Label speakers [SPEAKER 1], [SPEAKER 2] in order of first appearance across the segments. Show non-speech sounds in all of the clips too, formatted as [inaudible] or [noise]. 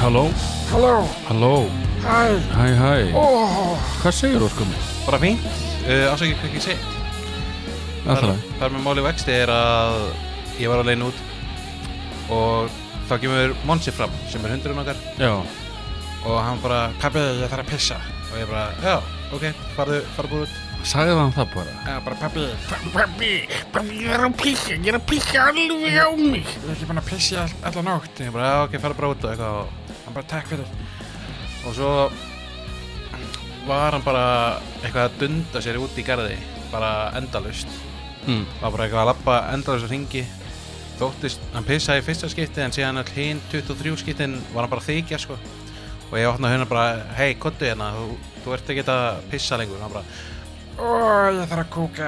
[SPEAKER 1] Halló,
[SPEAKER 2] Halló,
[SPEAKER 1] halló,
[SPEAKER 2] hæ,
[SPEAKER 1] hæ hæ
[SPEAKER 2] ó,
[SPEAKER 1] Hvað segir orkum?
[SPEAKER 3] Bara fínt, uh, ásækja hvað ekki sé
[SPEAKER 1] Alltaf
[SPEAKER 3] Þar- Þar með máli vexti er að ég var á leiðin út og þá kemur Monsi fram sem er hundurinn okkar
[SPEAKER 1] Já,
[SPEAKER 3] og hann bara, pappið ég þarf að pissa og ég bara, já, ok, farðu, farðu búið út
[SPEAKER 1] sagði hann það bara
[SPEAKER 3] Já, bara pappið,
[SPEAKER 2] pabbi, pabbi, ég er að píkja, ég er að píkja alveg á mig. Ég er ekki búin að píkja allan átt.
[SPEAKER 3] ég bara, já, ok, farðu bara út og eitthvað og hann bara, takk fyrir og svo var hann bara eitthvað að dunda sér út í garði bara endalust
[SPEAKER 1] hm.
[SPEAKER 3] var bara eitthvað að lappa endalust á ringi þóttist, hann pissaði í fyrsta skipti en síðan all hinn 23 skiptin var hann bara að þykja sko og ég opnaði hérna bara, hei, kottu hérna þú, þú ert ekki að pissa lengur og hann bara,
[SPEAKER 2] Ó, ég þarf að kúka.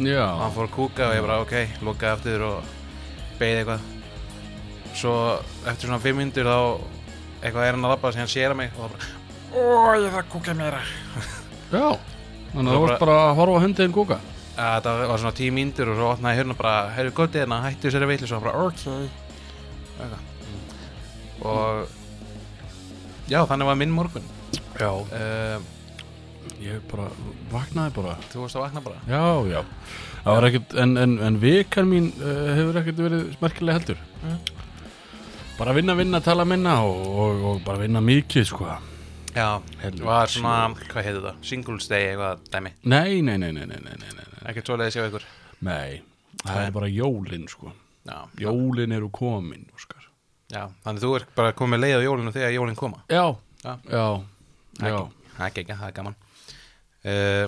[SPEAKER 1] Já,
[SPEAKER 3] og hann fór að kúka og ég bara, ok, lokaði eftir og beigði eitthvað svo eftir svona 5 myndur þá eitthvað er hann að lappa, síðan sér hann mig og það bara,
[SPEAKER 2] Ó, ég þarf að kúka meira.
[SPEAKER 1] já Þannig að
[SPEAKER 3] Það
[SPEAKER 1] þú
[SPEAKER 3] bara-
[SPEAKER 1] vorst bara að horfa á hundin kúka
[SPEAKER 3] að það var svona 10 myndur og svo opnaði hérna bara, heyrðu, kottu hérna, hættu sér að vitlu og hann bara,
[SPEAKER 2] Ok.
[SPEAKER 3] ok og já, þannig var minn morgun
[SPEAKER 1] Já
[SPEAKER 3] uh,
[SPEAKER 1] Ég bara vaknaði bara
[SPEAKER 3] Þú varst að vakna bara?
[SPEAKER 1] Já, já Það var ekkert, en, en, en vikan mín uh, hefur ekkert verið smerkilega heldur
[SPEAKER 3] Mm.
[SPEAKER 1] Bara vinna, vinna, tala minna og, og, og bara vinna mikið, sko
[SPEAKER 3] Já,
[SPEAKER 1] Helviti
[SPEAKER 3] var svona, hvað heitir það? Singles day eitthvað dæmi
[SPEAKER 1] Nei, nei, nei, nei, nei, nei, nei, nei, nei.
[SPEAKER 3] Ekkert svoleiðis hjá ykkur
[SPEAKER 1] Nei, það er bara jólin, sko
[SPEAKER 3] Já,
[SPEAKER 1] Jólin eru komin, Óskar
[SPEAKER 3] já þannig þú ert bara komið leið á jólinu þegar jólin koma
[SPEAKER 1] Já,
[SPEAKER 3] Já.
[SPEAKER 1] já, já
[SPEAKER 3] Ekki. Það er ekki, það er gaman uh,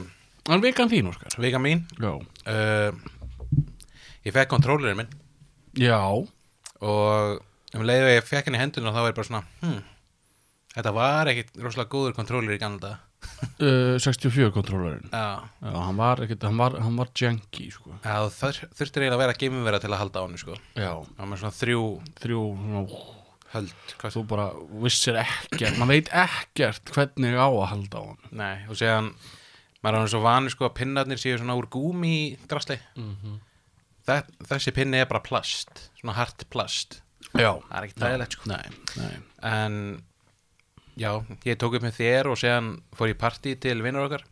[SPEAKER 1] En vikan þín, Óskar
[SPEAKER 3] Vika mín
[SPEAKER 1] Já,
[SPEAKER 3] uh, Ég fekk kontrólerinn minn
[SPEAKER 1] já,
[SPEAKER 3] og um leið og ég fekk hann í hendun og þá er bara svona hmm, Þetta var ekkit rosalega góður kontróler í ganlega
[SPEAKER 1] uh, 64 kontrólarinn
[SPEAKER 3] Já,
[SPEAKER 1] Já, hann var ekkert, hann var, hann var janky, sko
[SPEAKER 3] já þú þur- þurftir eiginlega að vera geimumvera til að halda á hann sko
[SPEAKER 1] Já,
[SPEAKER 3] Það var með svona þrjú
[SPEAKER 1] þrjú, svona,
[SPEAKER 3] höld hvað-
[SPEAKER 1] þú bara vissir ekkert, maður veit ekkert hvernig á að halda á hann
[SPEAKER 3] Nei, og séðan maður er hann svo vanur sko að pinnarnir séu svona úr gúmi drasli Mhm. þessi pinni er bara plast svona hart plast
[SPEAKER 1] Já,
[SPEAKER 3] það er ekki þægilegt sko
[SPEAKER 1] nei, nei
[SPEAKER 3] en já, ég tók upp með þér og séðan fór ég partí til vinnur okkar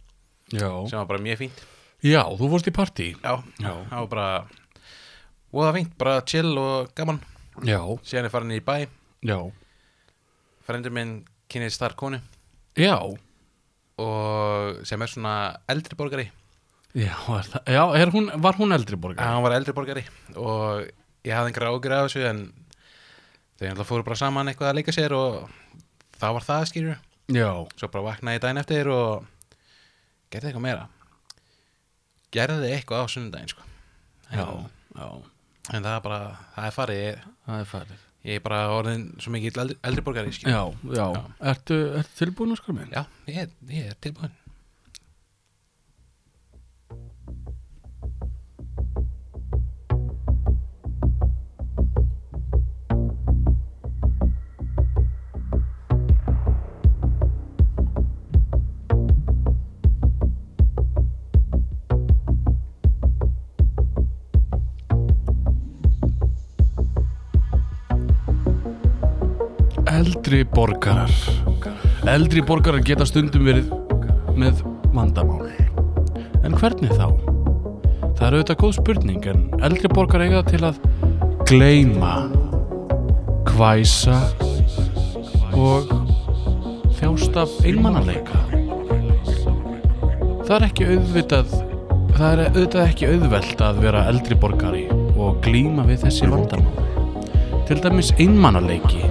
[SPEAKER 1] Já,
[SPEAKER 3] sem var bara mjög fínt
[SPEAKER 1] já þú fórst í partí
[SPEAKER 3] já,
[SPEAKER 1] Já.
[SPEAKER 3] það var bara og það fínt, bara chill og gaman
[SPEAKER 1] Já,
[SPEAKER 3] séðan ég farin í bæ,
[SPEAKER 1] já,
[SPEAKER 3] frendur minn kynnið þar konu
[SPEAKER 1] já
[SPEAKER 3] og sem er svona eldri borgari
[SPEAKER 1] Já, er það, já er hún, var hún eldri borgar?
[SPEAKER 3] hann var eldri borgari og ég hafði einhverja ágjur af þessu en þau náttúrulega fóru bara saman eitthvað að leika sér og það var það skýrur
[SPEAKER 1] Já,
[SPEAKER 3] svo bara vaknaði ég daginn eftir og gerði eitthvað meira gerði eitthvað á sunnudaginn sko.
[SPEAKER 1] já,
[SPEAKER 3] en,
[SPEAKER 1] já,
[SPEAKER 3] en það er bara, það er farið ég,
[SPEAKER 1] það er farið
[SPEAKER 3] ég er bara orðin svo mikið eldri, eldri borgari skýrur
[SPEAKER 1] Já, já, ertu, ertu tilbúin, Óskar minn?
[SPEAKER 3] já, ég, er- ég er tilbúin
[SPEAKER 1] Eldri borgarar Eldri borgarar geta stundum verið með vandamál En hvernig þá? Það er auðvitað góð spurning en eldri borgarar eiga það til að gleyma hvæsa og þjást af einmannaleika Það er ekki auðvitað það er auðvitað ekki auðvelt að vera eldri borgari og glýma við þessi vandamál til dæmis einmanaleiki.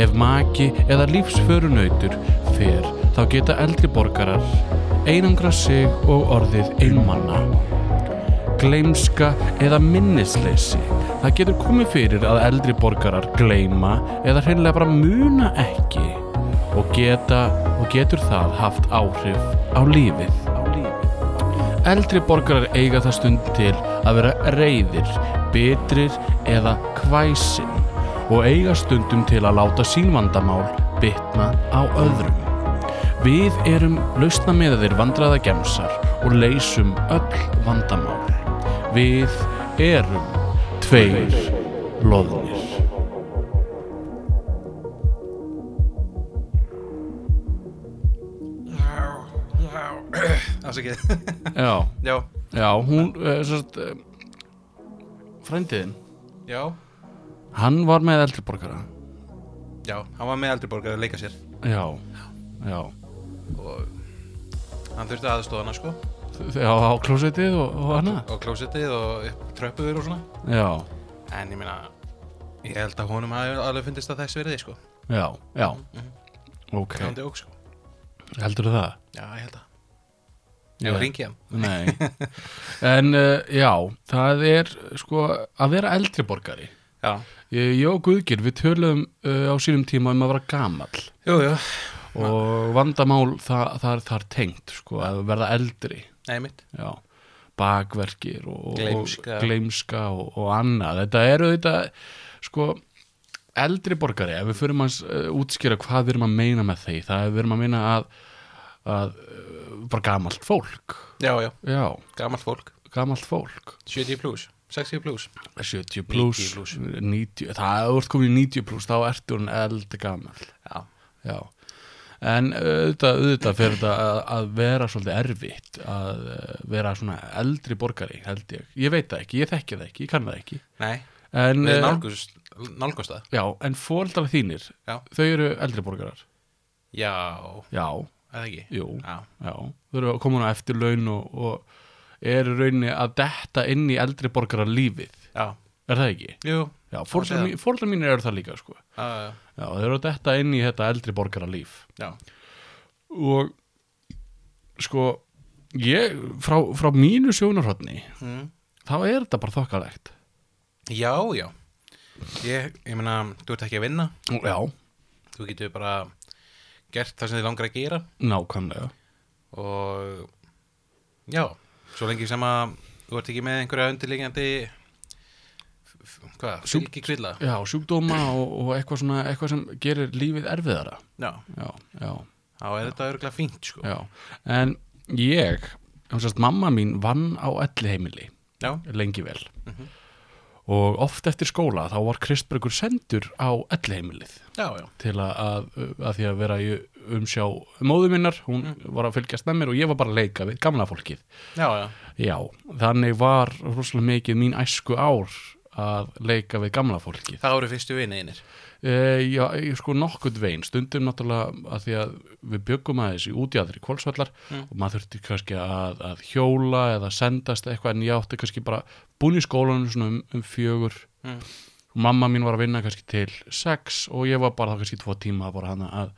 [SPEAKER 1] Ef maki eða lífsförunautur fer, þá geta eldri borgarar einangra sig og orðið einmanna. Gleimska eða minnisleysi. Það getur komið fyrir að eldri borgarar gleima eða hreinlega bara muna ekki og, geta, og getur það haft áhrif á lífið. Á lífið. Eldri borgarar eiga það stund til að vera reyðir, bitrir eða hvæsin og eiga stundum til að láta sín vandamál bitna á öðrum. Við erum lausna með þeir vandraða gemsar og leysum öll vandamál. Við erum tveir loðnir.
[SPEAKER 3] [clears throat] afsakið
[SPEAKER 1] Já,
[SPEAKER 3] [laughs] Já,
[SPEAKER 1] já, hún, uh, sérst, uh, frændiðin,
[SPEAKER 3] já,
[SPEAKER 1] hann var með eldri borgara.
[SPEAKER 3] já Hann var með eldri borgar að leika sér
[SPEAKER 1] Já, já,
[SPEAKER 3] og hann þurfti aðstoða hana sko
[SPEAKER 1] Þ- já, á klósettið og, og hana.
[SPEAKER 3] og klósettið og upp tröppuður og svona
[SPEAKER 1] Já,
[SPEAKER 3] En ég meina, ég held að honum hafi alveg fundist að þess verið sko
[SPEAKER 1] já, já, ok,
[SPEAKER 3] Kjándi óg sko
[SPEAKER 1] heldur það?
[SPEAKER 3] Já, ég held að
[SPEAKER 1] Já.
[SPEAKER 3] Ég ringi hann
[SPEAKER 1] Nei, en uh, já, það er sko að vera eldri borgari.
[SPEAKER 3] Já,
[SPEAKER 1] Ég, ég og Guðgir, við töluðum uh, á sínum tíma um að vera gamall
[SPEAKER 3] jú, jú,
[SPEAKER 1] og vandamál það, það, er, það er tengt, sko, að verða eldri,
[SPEAKER 3] nei mitt
[SPEAKER 1] já, bakverkir og og-
[SPEAKER 3] Gleymska.
[SPEAKER 1] og, gleymska og, og annað. Þetta eru þetta, sko, eldri borgari, ef við förum að uh, útskýra hvað við erum að meina með því, það er við erum að meina að, að uh, bara gamalt fólk,
[SPEAKER 3] Já, já,
[SPEAKER 1] já,
[SPEAKER 3] gamalt fólk
[SPEAKER 1] gamalt fólk.
[SPEAKER 3] 70 plus, 60 plus
[SPEAKER 1] 70 plus,
[SPEAKER 3] 90 plús.
[SPEAKER 1] 90, það er úr komin í 90 plus, þá ertu hún eldi gammal
[SPEAKER 3] Já,
[SPEAKER 1] já. en auðvitað, auðvitað fyrir þetta að, að vera svolítið erfitt að eh, vera svona eldri borgari held ég, ég veit það ekki, ég þekki það ekki ég kann það ekki
[SPEAKER 3] nei,
[SPEAKER 1] en,
[SPEAKER 3] við
[SPEAKER 1] eh,
[SPEAKER 3] nálgust, nálgust það
[SPEAKER 1] já, en fóreldrar þínir,
[SPEAKER 3] Já.
[SPEAKER 1] þau eru eldri borgarar
[SPEAKER 3] Já,
[SPEAKER 1] já,
[SPEAKER 3] eða ekki
[SPEAKER 1] jú,
[SPEAKER 3] Já,
[SPEAKER 1] já þau eru komin á eftir laun og, og eru rauninni að detta inn í eldri borgarar lífið,
[SPEAKER 3] já,
[SPEAKER 1] er það ekki?
[SPEAKER 3] jú
[SPEAKER 1] já,
[SPEAKER 3] segja
[SPEAKER 1] fóreldrar
[SPEAKER 3] það.
[SPEAKER 1] mín, foreldrar mínir eru það líka sko
[SPEAKER 3] Já, já,
[SPEAKER 1] Já, þeir eru að detta inn í þetta eldri borgara líf
[SPEAKER 3] Ah, já
[SPEAKER 1] og sko ég, frá, frá mínu sjónarhóttni
[SPEAKER 3] mm.
[SPEAKER 1] þá er þetta bara þokkalegt
[SPEAKER 3] Já, já Ég, ég meina, þú ert ekki að vinna
[SPEAKER 1] Já,
[SPEAKER 3] Þú getur bara gert það sem þið langar að gera
[SPEAKER 1] nákvæmlega
[SPEAKER 3] og já, svo lengi sem að þú ert ekki með einhverja undirliggjandi f- f- hvað,
[SPEAKER 1] Sjúk-
[SPEAKER 3] fylgi kvilla
[SPEAKER 1] Já, sjúkdóma og, og eitthvað svona eitthvað sem gerir lífið erfiðara
[SPEAKER 3] já,
[SPEAKER 1] Já, já,
[SPEAKER 3] þá er þetta örgulega fínt sko.
[SPEAKER 1] já En ég, um sérst, mamma mín vann á elli heimili
[SPEAKER 3] já,
[SPEAKER 1] lengi vel og oft eftir skóla þá var Kristbergur sendur á elli heimilið
[SPEAKER 3] já, já,
[SPEAKER 1] til að, að, að því að vera í umsjá móðu minnar, hún var að fylgjast með mér og ég var bara að leika við gamla fólkið
[SPEAKER 3] já, já,
[SPEAKER 1] já, þannig var rosalega mikið mín æsku ár að leika við gamla fólkið
[SPEAKER 3] það eru fyrstu viniðinir
[SPEAKER 1] e, já, ég sko nokkuð veginn stundum náttúrulega að því að við byggum aðeins í útjáðri kvölsvallar og maður þurfti kannski að, að hjóla eða sendast eitthvað en ég átti kannski bara búin í skólanum svona um, um fjögur
[SPEAKER 3] Mm.
[SPEAKER 1] mamma mín var að vinna kannski til sex og ég var bara þá kannski tvo tíma bara hana að,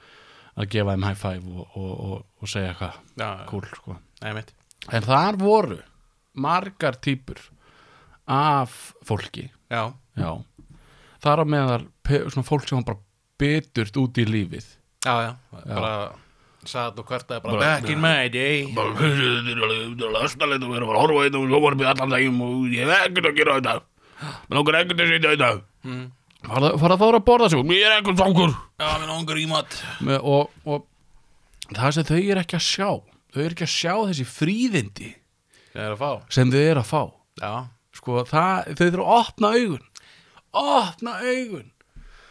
[SPEAKER 1] að gefa þeim high five og, og, og, og segja eitthvað
[SPEAKER 3] já,
[SPEAKER 1] cool sko.
[SPEAKER 3] nei mitt
[SPEAKER 1] en þar voru margar típur af fólki
[SPEAKER 3] já,
[SPEAKER 1] já. þar á meðal pe- svona fólk sem var bara beturt út í lífið
[SPEAKER 3] já, já, bara satt og kvartaði bara,
[SPEAKER 1] Bara-
[SPEAKER 3] back in my day
[SPEAKER 1] bara lastalegt og verið að horfa þetta og koma upp í allan dagum og ég hef ekkert að gera þetta mér langar ekkert að sitja þetta
[SPEAKER 3] mm.
[SPEAKER 1] fara það að fara að borða sig mér er ekkert fangur
[SPEAKER 3] já, minn ongur í mat
[SPEAKER 1] með, og, og það sem þau eru ekki að sjá þau eru ekki að sjá þessi fríðindi
[SPEAKER 3] það er að fá,
[SPEAKER 1] sem þau eru að fá
[SPEAKER 3] já,
[SPEAKER 1] sko, það, þau eru að opna augun opna augun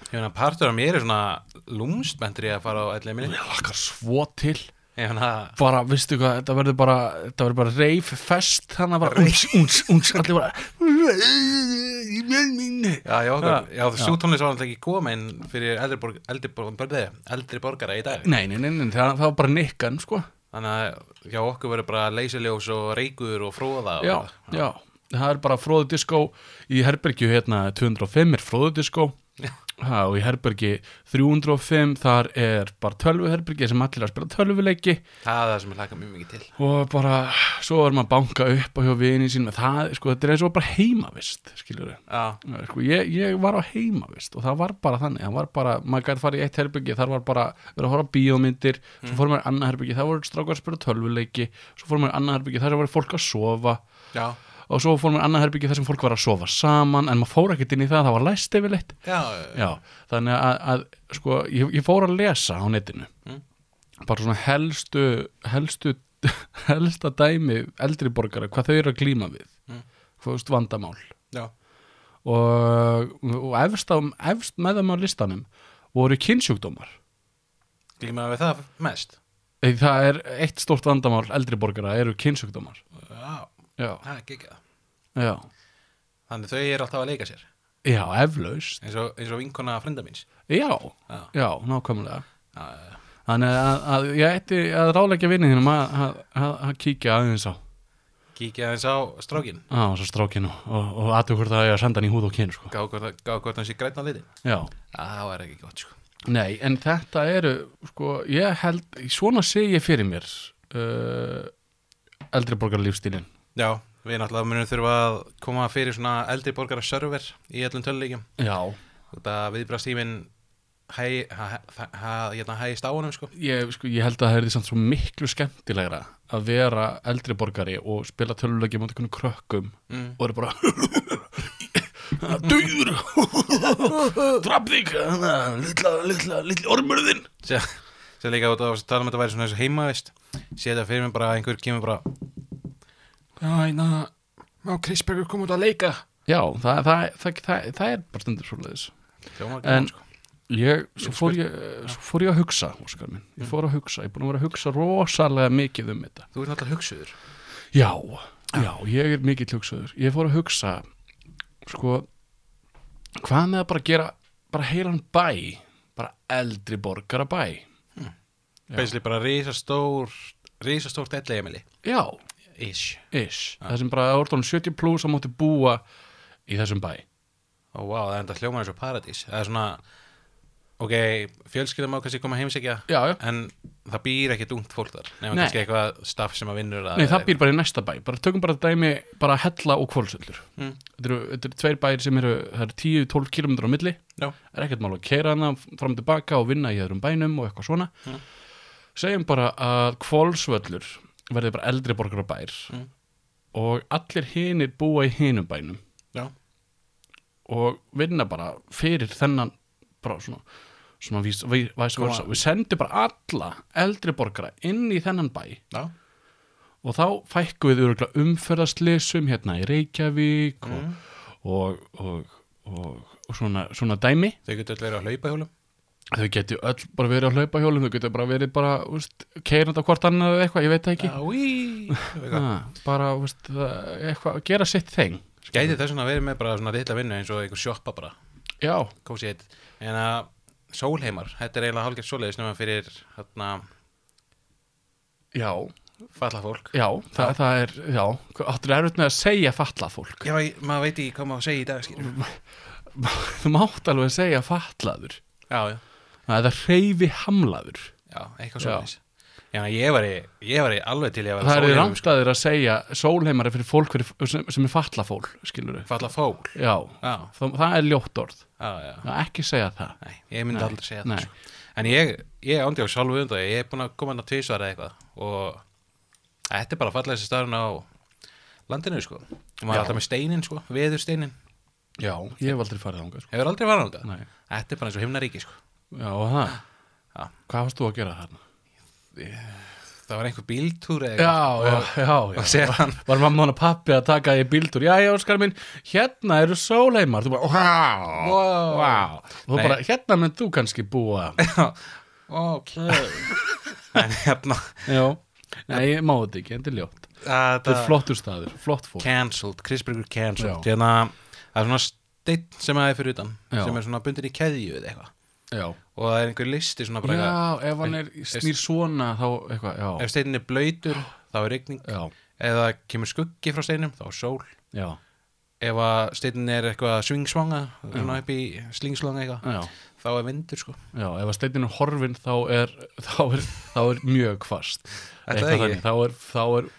[SPEAKER 3] ég meina, partur af mér er svona lúmstmentri að fara á allir minni,
[SPEAKER 1] ég lakar svo til
[SPEAKER 3] ég meina
[SPEAKER 1] bara, veistu hvað, þetta verður bara þetta verður bara reif fest þannig að bara uns, uns, uns, allir bara í mjög mínu
[SPEAKER 3] Já, já, okkur,
[SPEAKER 1] já.
[SPEAKER 3] já, sjútónlist var náttúrulega ekki komin fyrir eldri, borg, eldri, borg, eldri borgara í dag
[SPEAKER 1] nei, nei, nei, nei, það, það var bara nikkan, sko
[SPEAKER 3] Þannig að hjá okkur verður bara leysiljós og reykur og fróða og,
[SPEAKER 1] já, já, það er bara fróðudiskó í herbergju hérna 205 er fróðudiskó ha, og í herbergi 305 þar er bara tölvuherbergi sem allir er að spila tölvuleiki
[SPEAKER 3] Það er það sem ég hlaka mjög mikið til
[SPEAKER 1] og bara, svo er maður að banka upp á hjá vini sín með það, sko, þetta er eins og bara heimavist, skilur við
[SPEAKER 3] Já,
[SPEAKER 1] Sko, ég, ég var á heimavist og það var bara þannig, það var bara, maður gæti farið í eitt herbyggi, þar var bara verið að horfa á bíómyndir,
[SPEAKER 3] Mm.
[SPEAKER 1] svo fór maður í annað herbyggi, það voru strákar að spila tölvuleiki, svo fór maður í annað herbyggi, þar sem var fólk að sofa
[SPEAKER 3] já,
[SPEAKER 1] og svo fór maður í annað herbyggi þar sem fólk var að sofa saman en maður fór ekkert inn í það, það var læst yfirleitt
[SPEAKER 3] já,
[SPEAKER 1] Já, þannig að, að sko, ég, ég fór að lesa á netinu
[SPEAKER 3] Mm.
[SPEAKER 1] bara svona helstu helstu, [laughs] helsta dæmi eldri borgara, hvað þau eru að glíma við
[SPEAKER 3] Mm.
[SPEAKER 1] hvað þú veist vandamál
[SPEAKER 3] já,
[SPEAKER 1] og, og efst, á, efst með þeim á listanum voru kynnsjúkdómar
[SPEAKER 3] glímaði við það mest
[SPEAKER 1] Ei, Það er eitt stórt vandamál eldri borgara eru kynsugdómar
[SPEAKER 3] Já,
[SPEAKER 1] Já,
[SPEAKER 3] það er geggjað.
[SPEAKER 1] já,
[SPEAKER 3] Þannig þau eru alltaf að leika sér
[SPEAKER 1] já eflaust
[SPEAKER 3] eins og, eins og vinkona frenda míns
[SPEAKER 1] Já,
[SPEAKER 3] Já.
[SPEAKER 1] já, nákvæmlega
[SPEAKER 3] Já, já, já.
[SPEAKER 1] Þannig að, að ég ætti að ráleggja vinni þínum að, að, að, að kíkja aðeins á,
[SPEAKER 3] Kíkja aðeins á strákin
[SPEAKER 1] á svo strákinu og, og aðtöku hvort það er að senda hann í húð og kyn sko.
[SPEAKER 3] Gá hvort gá hvort hann sé grætna liti
[SPEAKER 1] Já,
[SPEAKER 3] Það var ekki gott sko
[SPEAKER 1] nei, en þetta eru sko, ég held, svona sé ég fyrir mér uh, eldri borgar lífstílin
[SPEAKER 3] Já, við náttúrulega munum þurfa að koma fyrir svona eldri borgara server í öllum töluleikjum
[SPEAKER 1] Já,
[SPEAKER 3] Þetta viðbrastímin hæ, hæ, hæ, hæ, hérna hægist á honum sko
[SPEAKER 1] ég, sko, ég held að það er því samt svo miklu skemmtilegra að vera eldri borgari og spila tölulegjum á einhvern krökkum
[SPEAKER 3] Mm.
[SPEAKER 1] og eru bara [laughs] Dauður [laughs] Drap þig Lilla, lilla, lilla ormurðinn
[SPEAKER 3] Sér sér líka út á þess að tala um að þetta væri svona eins og heimavist Sér þetta fyrir mér bara að einhver kemur bara
[SPEAKER 2] Já, hérna, má Krisbergur koma út að leika?
[SPEAKER 1] Já, það, það, það, það, það er bara stundur svo leiðis
[SPEAKER 3] Hljómar
[SPEAKER 1] En
[SPEAKER 3] gaman, sko.
[SPEAKER 1] ég, svo fór ég, svo fór ég að hugsa, Óskar minn Ég fór að hugsa, ég er búin að vera að hugsa rosalega mikið um þetta
[SPEAKER 3] Þú ert náttúrulega hugsuður
[SPEAKER 1] Já, já, ég er mikill hugsaður Ég fór að hugsa sko, hvað með að bara gera bara heilan bæ bara eldri borgara bæ
[SPEAKER 3] Beisli bara risastór risastórt elli Emily
[SPEAKER 1] Já,
[SPEAKER 3] Ish
[SPEAKER 1] ish, það sem bara orðan 70 plus að mátti búa í þessum bæ
[SPEAKER 3] Ó, vá, það er enda hljómar eins og paradís Það er svona Ok, fjölskyldum á kannski koma að heimsækja
[SPEAKER 1] Já, já,
[SPEAKER 3] En það býr ekki dungt fólk þar Nefnum
[SPEAKER 1] Nei.
[SPEAKER 3] kannski eitthvað staff sem að vinnur að
[SPEAKER 1] nei það býr bara í næsta bæ bara tökum bara dæmi, bara hella og kvöldsöldur
[SPEAKER 3] Mm.
[SPEAKER 1] þetta, eru- þetta eru tveir bæir sem eru það eru 10-12 km á milli
[SPEAKER 3] Já,
[SPEAKER 1] er ekkert mál að keira hana fram og tilbaka og vinna í öðrum bænum og eitthvað svona
[SPEAKER 3] Mm.
[SPEAKER 1] segjum bara að kvolsvöllur verði bara eldri borgar og bær
[SPEAKER 3] Mm.
[SPEAKER 1] og allir hinir búa í hinum bænum
[SPEAKER 3] já,
[SPEAKER 1] og vinna bara fyrir þennan bara svona, svona vís, ví, væs,
[SPEAKER 3] Koma.
[SPEAKER 1] versa. við sendum bara alla eldri borgara inn í þennan bæ
[SPEAKER 3] já
[SPEAKER 1] og þá fækku við örugglega umferðaslysum hérna í Reykjavík og, og, og, og, og svona, svona dæmi
[SPEAKER 3] Þau getur öll verið að hlaupa hjólum
[SPEAKER 1] þau getur öll bara verið á hlaupahjólum þau getur bara verið bara, úst, keirandi á hvort annað eða eitthvað, ég veit það ekki
[SPEAKER 3] Já,
[SPEAKER 1] ha, bara, úst, það, eitthvað, gera sitt þeng
[SPEAKER 3] Gæti þess vegna verið með bara svona litla vinnu eins og einhver sjoppa bara
[SPEAKER 1] já,
[SPEAKER 3] Kósi eitt En að sólheimar, þetta er eiginlega hálfgert svoleiðis nema fyrir hérna
[SPEAKER 1] já,
[SPEAKER 3] falla fólk
[SPEAKER 1] já, það, það er já, áttur erfitt með að segja fatlað fólk
[SPEAKER 3] Já, ég- maður veit ekki hvað maður segi í dag skýr
[SPEAKER 1] þú mátt alveg segja fatlaður
[SPEAKER 3] Já, já,
[SPEAKER 1] það er reyfi hamlaður
[SPEAKER 3] já, eitthvað
[SPEAKER 1] Já.
[SPEAKER 3] svoleiðis Já, ég var í, ég var í alveg til ég að vera
[SPEAKER 1] það er
[SPEAKER 3] sólheimur, sko.
[SPEAKER 1] rangstæður að segja sólheimari fyrir fólk fyrir, sem, sem er fatlað fólk skilur við,
[SPEAKER 3] Falla fól
[SPEAKER 1] já
[SPEAKER 3] Já,
[SPEAKER 1] það, það er ljótt orð,
[SPEAKER 3] já, já
[SPEAKER 1] ekki segja það
[SPEAKER 3] Nei, ég myndi
[SPEAKER 1] Nei,
[SPEAKER 3] aldrei segja
[SPEAKER 1] nei.
[SPEAKER 3] það sko. En ég, ég ándi á sjálfu undan Ég er búin að koma hann að tvisvar eða eitthvað Og þetta er bara fallega þessi starfin á landinu sko Og maður
[SPEAKER 1] Já.
[SPEAKER 3] er alltaf með steinin sko, veðursteinin
[SPEAKER 1] já, ég hef aldrei farið ánga sko.
[SPEAKER 3] Hefur aldrei varð ánga
[SPEAKER 1] Nei.
[SPEAKER 3] Þetta er bara eins og himnaríki sko
[SPEAKER 1] já, og það
[SPEAKER 3] Já.
[SPEAKER 1] hvað varst þú að gera þarna?
[SPEAKER 3] Það var einhver bíltúr eða
[SPEAKER 1] já, já, já,
[SPEAKER 3] Og
[SPEAKER 1] já.
[SPEAKER 3] sér hann
[SPEAKER 1] var mamma hann að pappi að taka í bíldur já, já, skar minn, hérna eru sólheimar þú bara, wow,
[SPEAKER 3] Wow.
[SPEAKER 1] wow. þú
[SPEAKER 3] Nei.
[SPEAKER 1] bara, hérna menn þú kannski búa
[SPEAKER 3] Ok [laughs] En hérna
[SPEAKER 1] já, nei, ég má þetta ekki, þetta er ljótt þetta
[SPEAKER 3] Þetta
[SPEAKER 1] er flottur staður, flott fólk
[SPEAKER 3] Cancelled, Krisbergur cancelled
[SPEAKER 1] Já.
[SPEAKER 3] Hérna, það er svona steinn sem að er fyrir utan
[SPEAKER 1] Já.
[SPEAKER 3] Sem er svona bundin í keðju eða eitthvað
[SPEAKER 1] já,
[SPEAKER 3] Og það er einhver listi svona bara eitthvað-
[SPEAKER 1] já ef hann er snýr svona þá eitthvað, já,
[SPEAKER 3] Ef steinin er blöytur, þá er rigning
[SPEAKER 1] já,
[SPEAKER 3] Ef það kemur skuggi frá steinum, þá er sól
[SPEAKER 1] já,
[SPEAKER 3] Ef að steinin er eitthvað svingsvanga Svona upp í slingslanga eitthvað
[SPEAKER 1] já.
[SPEAKER 3] Þá er vindur sko
[SPEAKER 1] Já, ef að steinin er horfin þá er, [laughs] þá er, þá er mjög kvast
[SPEAKER 3] Ætli
[SPEAKER 1] Eitthvað
[SPEAKER 3] ekki.
[SPEAKER 1] þannig, þá er, þá er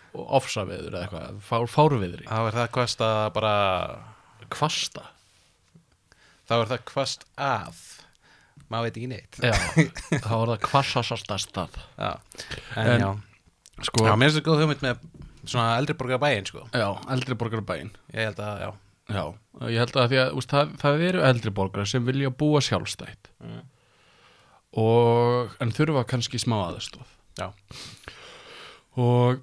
[SPEAKER 1] ofsaveður eða eitthvað, fár, fárveðri
[SPEAKER 3] Þá er það kvast að bara
[SPEAKER 1] Kvasta
[SPEAKER 3] Þá er það kvast að Maður veit ekki neitt
[SPEAKER 1] Já, þá er það kvassasastastað
[SPEAKER 3] Já. En,
[SPEAKER 1] En-
[SPEAKER 3] já,
[SPEAKER 1] Sko,
[SPEAKER 3] já
[SPEAKER 1] já,
[SPEAKER 3] mér finnst það góð hugmynd með Svona eldri borgar bæinn sko
[SPEAKER 1] eldri borgar bæinn
[SPEAKER 3] Ég held að, já
[SPEAKER 1] Já, ég held að því að úst, það, það eru eldri borgar sem vilja búa sjálfstætt
[SPEAKER 3] Mm.
[SPEAKER 1] og en þurfa kannski smá aðastóð
[SPEAKER 3] Já.
[SPEAKER 1] og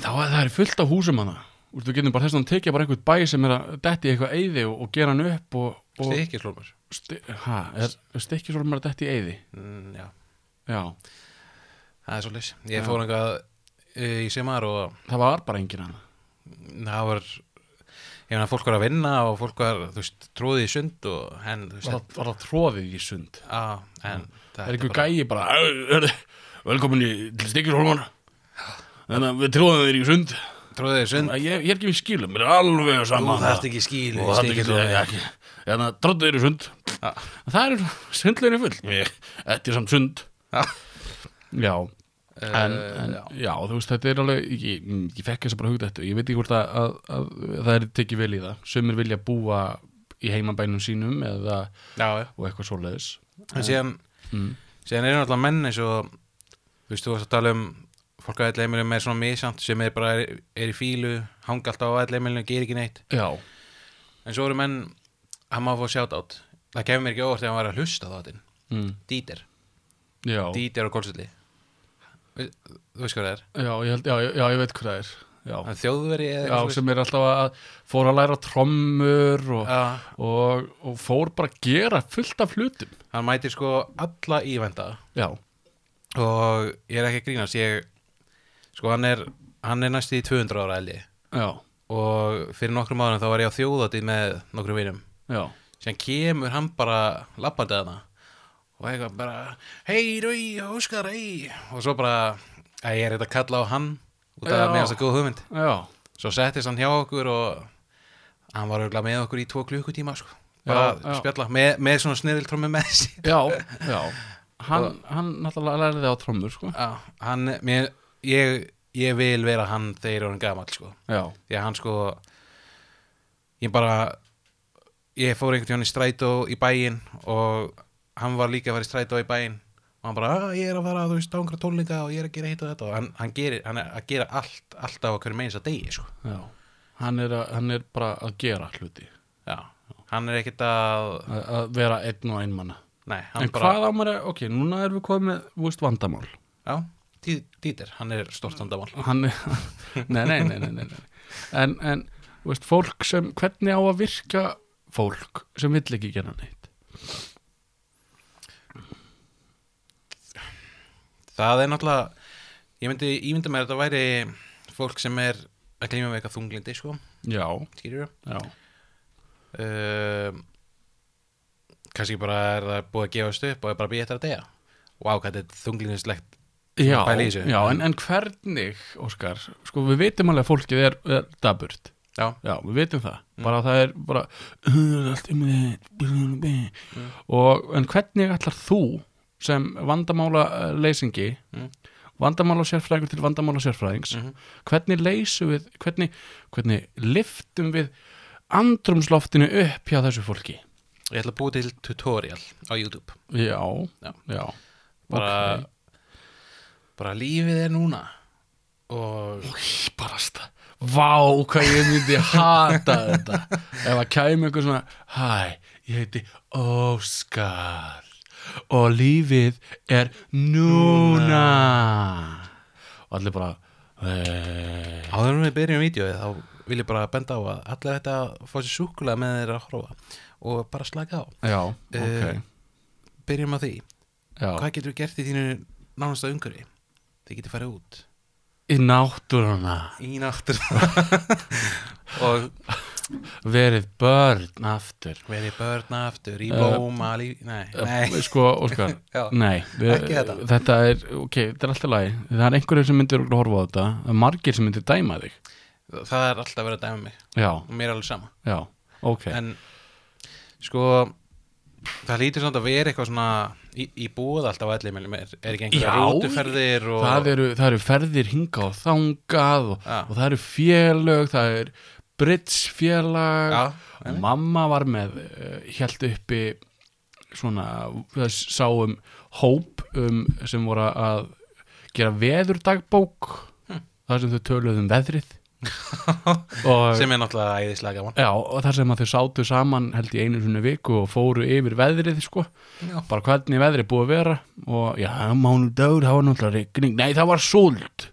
[SPEAKER 1] þá er það er fullt af húsum hana Úst, við getum bara þess að tekja bara einhvern bæ sem er að detti í eitthvað eyði og, og gera hann upp og, og
[SPEAKER 3] Stikkislúmur
[SPEAKER 1] sti, ha, er, er stikki svo maður að detti í eyði
[SPEAKER 3] mm, Já,
[SPEAKER 1] Já,
[SPEAKER 3] Mm, það er svolítið, ég
[SPEAKER 1] Já.
[SPEAKER 3] fór einhvað í sumar og
[SPEAKER 1] Það var bara enginn annað.
[SPEAKER 3] það var ég meina fólk var að vinna og fólk var, þú veist, trúði í sund og en,
[SPEAKER 1] Var
[SPEAKER 3] þú veist,
[SPEAKER 1] það, var það tróðið í sund.
[SPEAKER 3] á, en
[SPEAKER 1] Það er einhver gæi bara, "Æ, hörðu, velkomin í- til Stikirhólmana. Þannig að við tróðum þeir í sund.
[SPEAKER 3] trúði í sund
[SPEAKER 1] Að Ég, ég er ekki við skilum, mér er alveg að sama.
[SPEAKER 3] ekki skílu
[SPEAKER 1] og það er ekki það ekki þannig að tróttu þeir í sund
[SPEAKER 3] Já.
[SPEAKER 1] það er sundleginu full Ég- þetta er samt sund
[SPEAKER 3] Já.
[SPEAKER 1] já En,
[SPEAKER 3] Eh,
[SPEAKER 1] en já.
[SPEAKER 3] já.
[SPEAKER 1] þú veist, þetta er alveg ég, ég, ég fekk þess að bara hugta þetta ég veit ekki hvort að, að, að það er tekið vel í það sumir vilja búa í heimabænum sínum eða
[SPEAKER 3] já, já
[SPEAKER 1] og eitthvað svoleiðis
[SPEAKER 3] en síðan,
[SPEAKER 1] mm.
[SPEAKER 3] síðan eru náttúrulega menn eins og þú veist, þú varst að tala um fólk að ætleimilum er svona misamt sem er bara er, er í fílu, hanga alltaf á ætleimilinu gerir ekki neitt,
[SPEAKER 1] já,
[SPEAKER 3] en svo eru menn hann má fá sjátt átt það kemur mér ekki óvart þegar hann var að hlusta þáttinn
[SPEAKER 1] mm.
[SPEAKER 3] Dítir,
[SPEAKER 1] já,
[SPEAKER 3] Dítir og Kolsulli þú veist hvað það er
[SPEAKER 1] já, ég held, já, já, ég veit hvað það er já,
[SPEAKER 3] hann þjóðveri eða
[SPEAKER 1] já
[SPEAKER 3] eitthvað svoleiðis?
[SPEAKER 1] sem er alltaf að fór að læra trommur og,
[SPEAKER 3] Já,
[SPEAKER 1] og, og fór bara að gera fullt af hlutum
[SPEAKER 3] hann mætir sko alla ívenda
[SPEAKER 1] já,
[SPEAKER 3] og ég er ekki að grínast ég, sko hann er hann er næst í 200 ára eldi
[SPEAKER 1] já,
[SPEAKER 3] og fyrir nokkrum árum þá var ég á þjóðatíð með nokkrum vinum
[SPEAKER 1] já
[SPEAKER 3] sem kemur hann bara lappandi að hana og eitthvað bara hei rauði, óskar, hei og svo bara, að ég er eitthvað að kalla á hann og það
[SPEAKER 1] Já.
[SPEAKER 3] er með þess að góð hugmynd
[SPEAKER 1] Já,
[SPEAKER 3] svo settist hann hjá okkur og hann var auðvitað með okkur í tvo klukkutíma sko.
[SPEAKER 1] Já,
[SPEAKER 3] bara
[SPEAKER 1] já.
[SPEAKER 3] spjalla með, með svona snirðiltrömmu með sér
[SPEAKER 1] já, já Hann, hann náttúrulega læriði á trommur sko.
[SPEAKER 3] Já, hann, mér, ég, ég vil vera hann þegar hann gamall sko.
[SPEAKER 1] Já,
[SPEAKER 3] því að hann sko ég bara ég fór einhvern tíðan í strætó í bæinn og hann var líka að fara í strætó í bæinn og hann bara, "Ah, ég er að fara þú veist, á einhverja tónleika og ég er að gera hitt og þetta og hann, hann, gerir, hann er að gera allt, allt á hverju meins að degi sko.
[SPEAKER 1] já Hann er, að, hann er bara að gera hluti
[SPEAKER 3] Já. hann er ekkert að
[SPEAKER 1] að, að vera einn og einmanna
[SPEAKER 3] nei, hann
[SPEAKER 1] En hvað á maður er, ok, núna erum við komið með, þú veist, vandamál
[SPEAKER 3] Já, Dí- Dítir, hann er stort handamál
[SPEAKER 1] Hann [laughs] er, nei, nei, nei, nei, nei, nei. En, en, þú veist, fólk sem, hvernig á að virka fólk sem vill ekki gera neitt
[SPEAKER 3] Það er náttúrulega Ég myndi ímynda mér að þetta væri fólk sem er að glíma með eitthvað þunglindi sko,
[SPEAKER 1] Já,
[SPEAKER 3] skýrur
[SPEAKER 1] já,
[SPEAKER 3] um, Kannski bara er það búið að gefast upp og er bara að býja eftir að deyja Vá, wow, hvað þetta er þunglindislegt
[SPEAKER 1] já,
[SPEAKER 3] Pæli í þessu.
[SPEAKER 1] já en, en hvernig, Óskar, sko, við vitum alveg að fólkið er, er daburt
[SPEAKER 3] Já,
[SPEAKER 1] Já, við vitum það, bara það er bara "Það er allt um þetta Mm. og en hvernig ætlar þú sem vandamála eh, leysingi
[SPEAKER 3] Mm.
[SPEAKER 1] vandamála sérfræðingur til vandamála sérfræðings
[SPEAKER 3] Mhm.
[SPEAKER 1] hvernig leysum við hvernig, hvernig liftum við andrumsloftinu upp hjá þessu fólki
[SPEAKER 3] ég ætla að búið til tutorial á YouTube
[SPEAKER 1] Já,
[SPEAKER 3] Já.
[SPEAKER 1] já
[SPEAKER 3] Bara,
[SPEAKER 1] Ok.
[SPEAKER 3] bara lífið er núna og
[SPEAKER 1] Í, bara stað Vá, hvað ég myndi hata þetta Ef að kæmi einhver svona Hæ, ég heiti Óskar Og lífið er núna Og allir bara "Eh."
[SPEAKER 3] áður en við byrjum vídeoið þá vil ég bara benda á að allir þetta að fá sér súkulega með þeir að horfa og bara slaka á
[SPEAKER 1] Já, ok
[SPEAKER 3] Eh, Byrjum á því
[SPEAKER 1] Já.
[SPEAKER 3] Hvað getur þú gert í þínu nánasta umhverfi? Þið getur farið út
[SPEAKER 1] Í náttúruna
[SPEAKER 3] Í náttur
[SPEAKER 1] [laughs]
[SPEAKER 3] Og
[SPEAKER 1] Verið börn aftur
[SPEAKER 3] verið börna aftur Í
[SPEAKER 1] Eh,
[SPEAKER 3] blóma líf Nei, nei
[SPEAKER 1] Sko, Óskar
[SPEAKER 3] Já.
[SPEAKER 1] [laughs] Nei, við,
[SPEAKER 3] Ekki þetta.
[SPEAKER 1] er, ok, þetta er alltaf lagi Það er einhverjum sem myndir að horfa á þetta það er Margir sem myndir dæma þig
[SPEAKER 3] Það er alltaf verið að dæma mig
[SPEAKER 1] Já,
[SPEAKER 3] Og mér er alveg sama
[SPEAKER 1] já, ok
[SPEAKER 3] En sko Það lítur samt að vera eitthvað svona Í, í búð alltaf á allir Er er ekki
[SPEAKER 1] Já,
[SPEAKER 3] einhverja rútuferðir og...
[SPEAKER 1] það, eru, það eru ferðir hingað og þangað og,
[SPEAKER 3] Já.
[SPEAKER 1] og það eru félög, það er britsfélag
[SPEAKER 3] Já,
[SPEAKER 1] og mamma var með uh, held uppi svona, við sáum hóp um, sem voru að gera veðurdagbók
[SPEAKER 3] Hm.
[SPEAKER 1] þar sem þau töluðu um
[SPEAKER 3] [laughs]
[SPEAKER 1] veðrið og,
[SPEAKER 3] Sem er náttúrulega æðislega gaman
[SPEAKER 1] já, og þar sem að þau sátu saman held í einu svona viku og fóru yfir veðrið sko
[SPEAKER 3] Já,
[SPEAKER 1] bara hvernig veðrið búið að vera og já, mánudagur, það var náttúrulega rigning nei, það var súld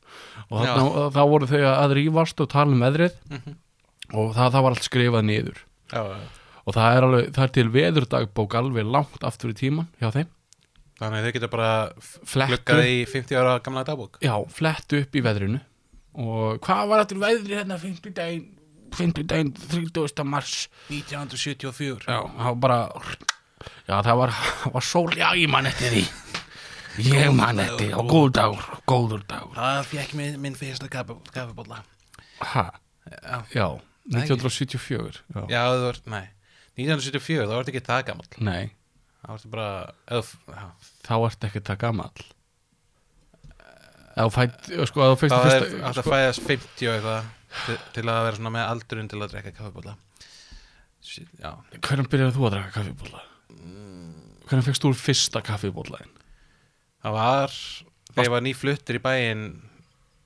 [SPEAKER 1] og
[SPEAKER 3] Já. Mhm.
[SPEAKER 1] þarna, þá voru þau að rífast og tala um veðrið og það, það var allt skrifað niður
[SPEAKER 3] já, já.
[SPEAKER 1] og það er, alveg, það er til veðurdagbók alveg langt aftur í tíman hjá þeim
[SPEAKER 3] Þannig að þau geta bara
[SPEAKER 1] flekku,
[SPEAKER 3] gluggað í 50 ára gamla dagbók
[SPEAKER 1] já, flettu upp í veðrinu og hvað var þetta veðri hérna 50 daginn 50 daginn 30. mars
[SPEAKER 3] 1974
[SPEAKER 1] já, það var bara já, það var, það var sól, já, ég man eftir því ég man eftir, og góð dagur góður dagur
[SPEAKER 3] Það fekk minn, minn fyrsta kaffibólla
[SPEAKER 1] ha,
[SPEAKER 3] Já,
[SPEAKER 1] já, 1974 já.
[SPEAKER 3] já þú vart, nei 1974, þá ertu ekki það gammal
[SPEAKER 1] nei,
[SPEAKER 3] Þá ertu bara, öf, já,
[SPEAKER 1] þá ertu ekki það gamall Ef þú fætt, sko, ef þú fyrst
[SPEAKER 3] þá
[SPEAKER 1] að
[SPEAKER 3] er
[SPEAKER 1] fyrsta sko,
[SPEAKER 3] alltaf að fæðast 50 og eitthvað til, til að vera svona með aldurinn til að drekka kaffibólla Já,
[SPEAKER 1] Hvernig byrjaði þú að draka kaffibóla? Hvernig fegst þú fyrsta kaffibólaðin?
[SPEAKER 3] það var þegar ég var nýfluttur í bæinn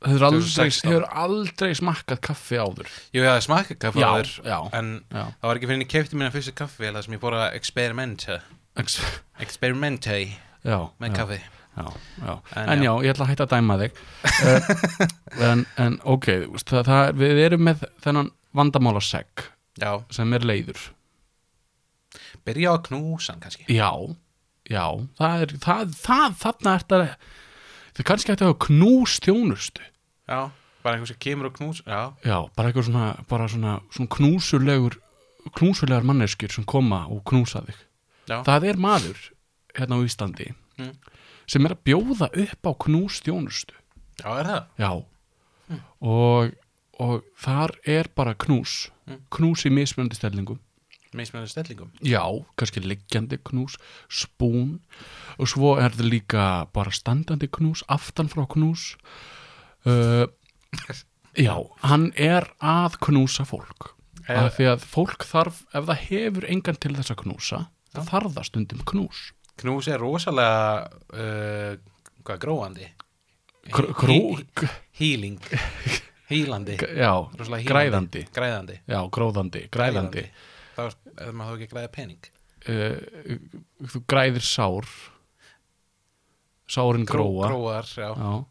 [SPEAKER 1] Hefur aldrei,
[SPEAKER 3] 2016.
[SPEAKER 1] hefur aldrei smakkað kaffi áður
[SPEAKER 3] Jú, ég hafði smakkað kaffi
[SPEAKER 1] Já,
[SPEAKER 3] áður
[SPEAKER 1] já,
[SPEAKER 3] En
[SPEAKER 1] já.
[SPEAKER 3] það var ekki fyrir henni kefti mína fyrstu kaffi Það sem ég fór að experimenta
[SPEAKER 1] Ex-
[SPEAKER 3] Experimenta í
[SPEAKER 1] Já,
[SPEAKER 3] með
[SPEAKER 1] já,
[SPEAKER 3] kaffi
[SPEAKER 1] já, já.
[SPEAKER 3] En
[SPEAKER 1] En, já, ég ætla að hætta að dæma þig uh, en, en ok, þú veist, það, það, við erum með þennan vandamálasegg
[SPEAKER 3] Já,
[SPEAKER 1] sem er leiður
[SPEAKER 3] byrja á að knúsa hann kannski
[SPEAKER 1] Já, já, það er, það, það, þarna er þetta Þið kannski ætti að hafa knús þjónustu
[SPEAKER 3] Já, bara einhver sem kemur og knús Já,
[SPEAKER 1] Já, bara eitthvað svona, bara svona, svona knúsulegur, knúsulegar manneskjur sem koma og knúsa þig.
[SPEAKER 3] já,
[SPEAKER 1] Það er maður hérna á Íslandi
[SPEAKER 3] Mm.
[SPEAKER 1] sem er að bjóða upp á knústjónustu.
[SPEAKER 3] já er það
[SPEAKER 1] Já, og, og þar er bara knús, knús í mismunandi stellingum.
[SPEAKER 3] Mismunandi stellingum
[SPEAKER 1] Já, kannski liggjandi knús, spún og svo er það líka bara standandi knús, aftan frá knús. Uh, já, hann er að knúsa fólk.
[SPEAKER 3] Já.
[SPEAKER 1] Af því að fólk þarf, ef það hefur engan til þess að knúsa, það þarf það stundum knús.
[SPEAKER 3] Knús er rosalega uh, hvað, gróandi
[SPEAKER 1] Kr- Kró, g-
[SPEAKER 3] Healing Healandi
[SPEAKER 1] já,
[SPEAKER 3] Rosalega healandi.
[SPEAKER 1] græðandi.
[SPEAKER 3] Græðandi
[SPEAKER 1] Já, gróðandi, græðandi.
[SPEAKER 3] Þá er ef maður þá ekki að græða pening
[SPEAKER 1] Uh, þú græðir sár, sárin gróa.
[SPEAKER 3] Gróar, já Ah,
[SPEAKER 1] Já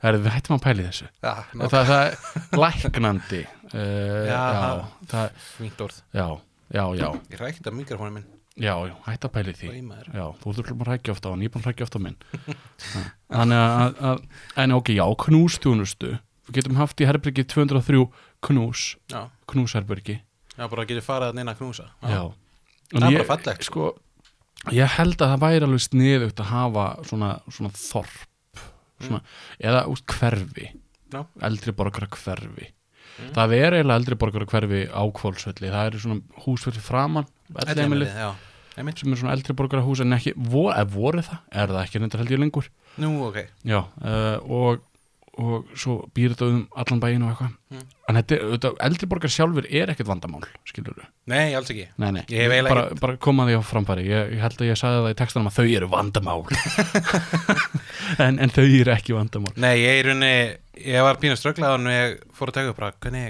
[SPEAKER 1] Það við hættum að pæli þessu
[SPEAKER 3] Já, ná,
[SPEAKER 1] það, það er læknandi uh, já,
[SPEAKER 3] Já,
[SPEAKER 1] já,
[SPEAKER 3] það-
[SPEAKER 1] það,
[SPEAKER 3] fínt orð
[SPEAKER 1] já, já, já,
[SPEAKER 3] Ég rækta mikrofónu minn
[SPEAKER 1] já, já Hætt að pæli því
[SPEAKER 3] og í maður
[SPEAKER 1] Já, þú þurftur bara að hækja ofta á hann, ég er búin að hækja ofta á minn Já. Þannig að, að, en ok, já, knústjónustu Við getum haft í herbyrgi 203 knús,
[SPEAKER 3] Já,
[SPEAKER 1] knúsherbergi
[SPEAKER 3] já bara getur farað að neina að knúsa
[SPEAKER 1] Já,
[SPEAKER 3] Það er
[SPEAKER 1] ég,
[SPEAKER 3] bara fallegt.
[SPEAKER 1] Sko, ég held að það væri alveg sniðugt að hafa svona, svona þorp svona, eða út hverfi
[SPEAKER 3] Mm. Já. Mm.
[SPEAKER 1] eldri borgara hverfi það er eiginlega eldri borgara hverfi á kvólsvelli, það eru svona hús fyrir framann,
[SPEAKER 3] Elleimilið,
[SPEAKER 1] elleimilið
[SPEAKER 3] já Einmitt.
[SPEAKER 1] sem eru svona eldri borgara hús en ekki, vor, ef voru það, er það ekki neitt held ég lengur
[SPEAKER 3] Nú, ok
[SPEAKER 1] já, uh, og, og svo býr þetta um allan bæin og eitthvað
[SPEAKER 3] Mm.
[SPEAKER 1] en þetta, þetta, eldri borgara sjálfur er ekkert vandamál skilur þú,
[SPEAKER 3] Nei, alls ekki
[SPEAKER 1] nei, nei
[SPEAKER 3] Ég hef eiginlega
[SPEAKER 1] bara, bara koma því á framfæri, ég, ég held að ég sagði það í textanum að þau eru
[SPEAKER 3] [laughs]
[SPEAKER 1] vandamál en, en þau eru ekki vandamál
[SPEAKER 3] Nei, ég er raunni, ég var pínu ströglað og ég fór að taka upp bara, hvernig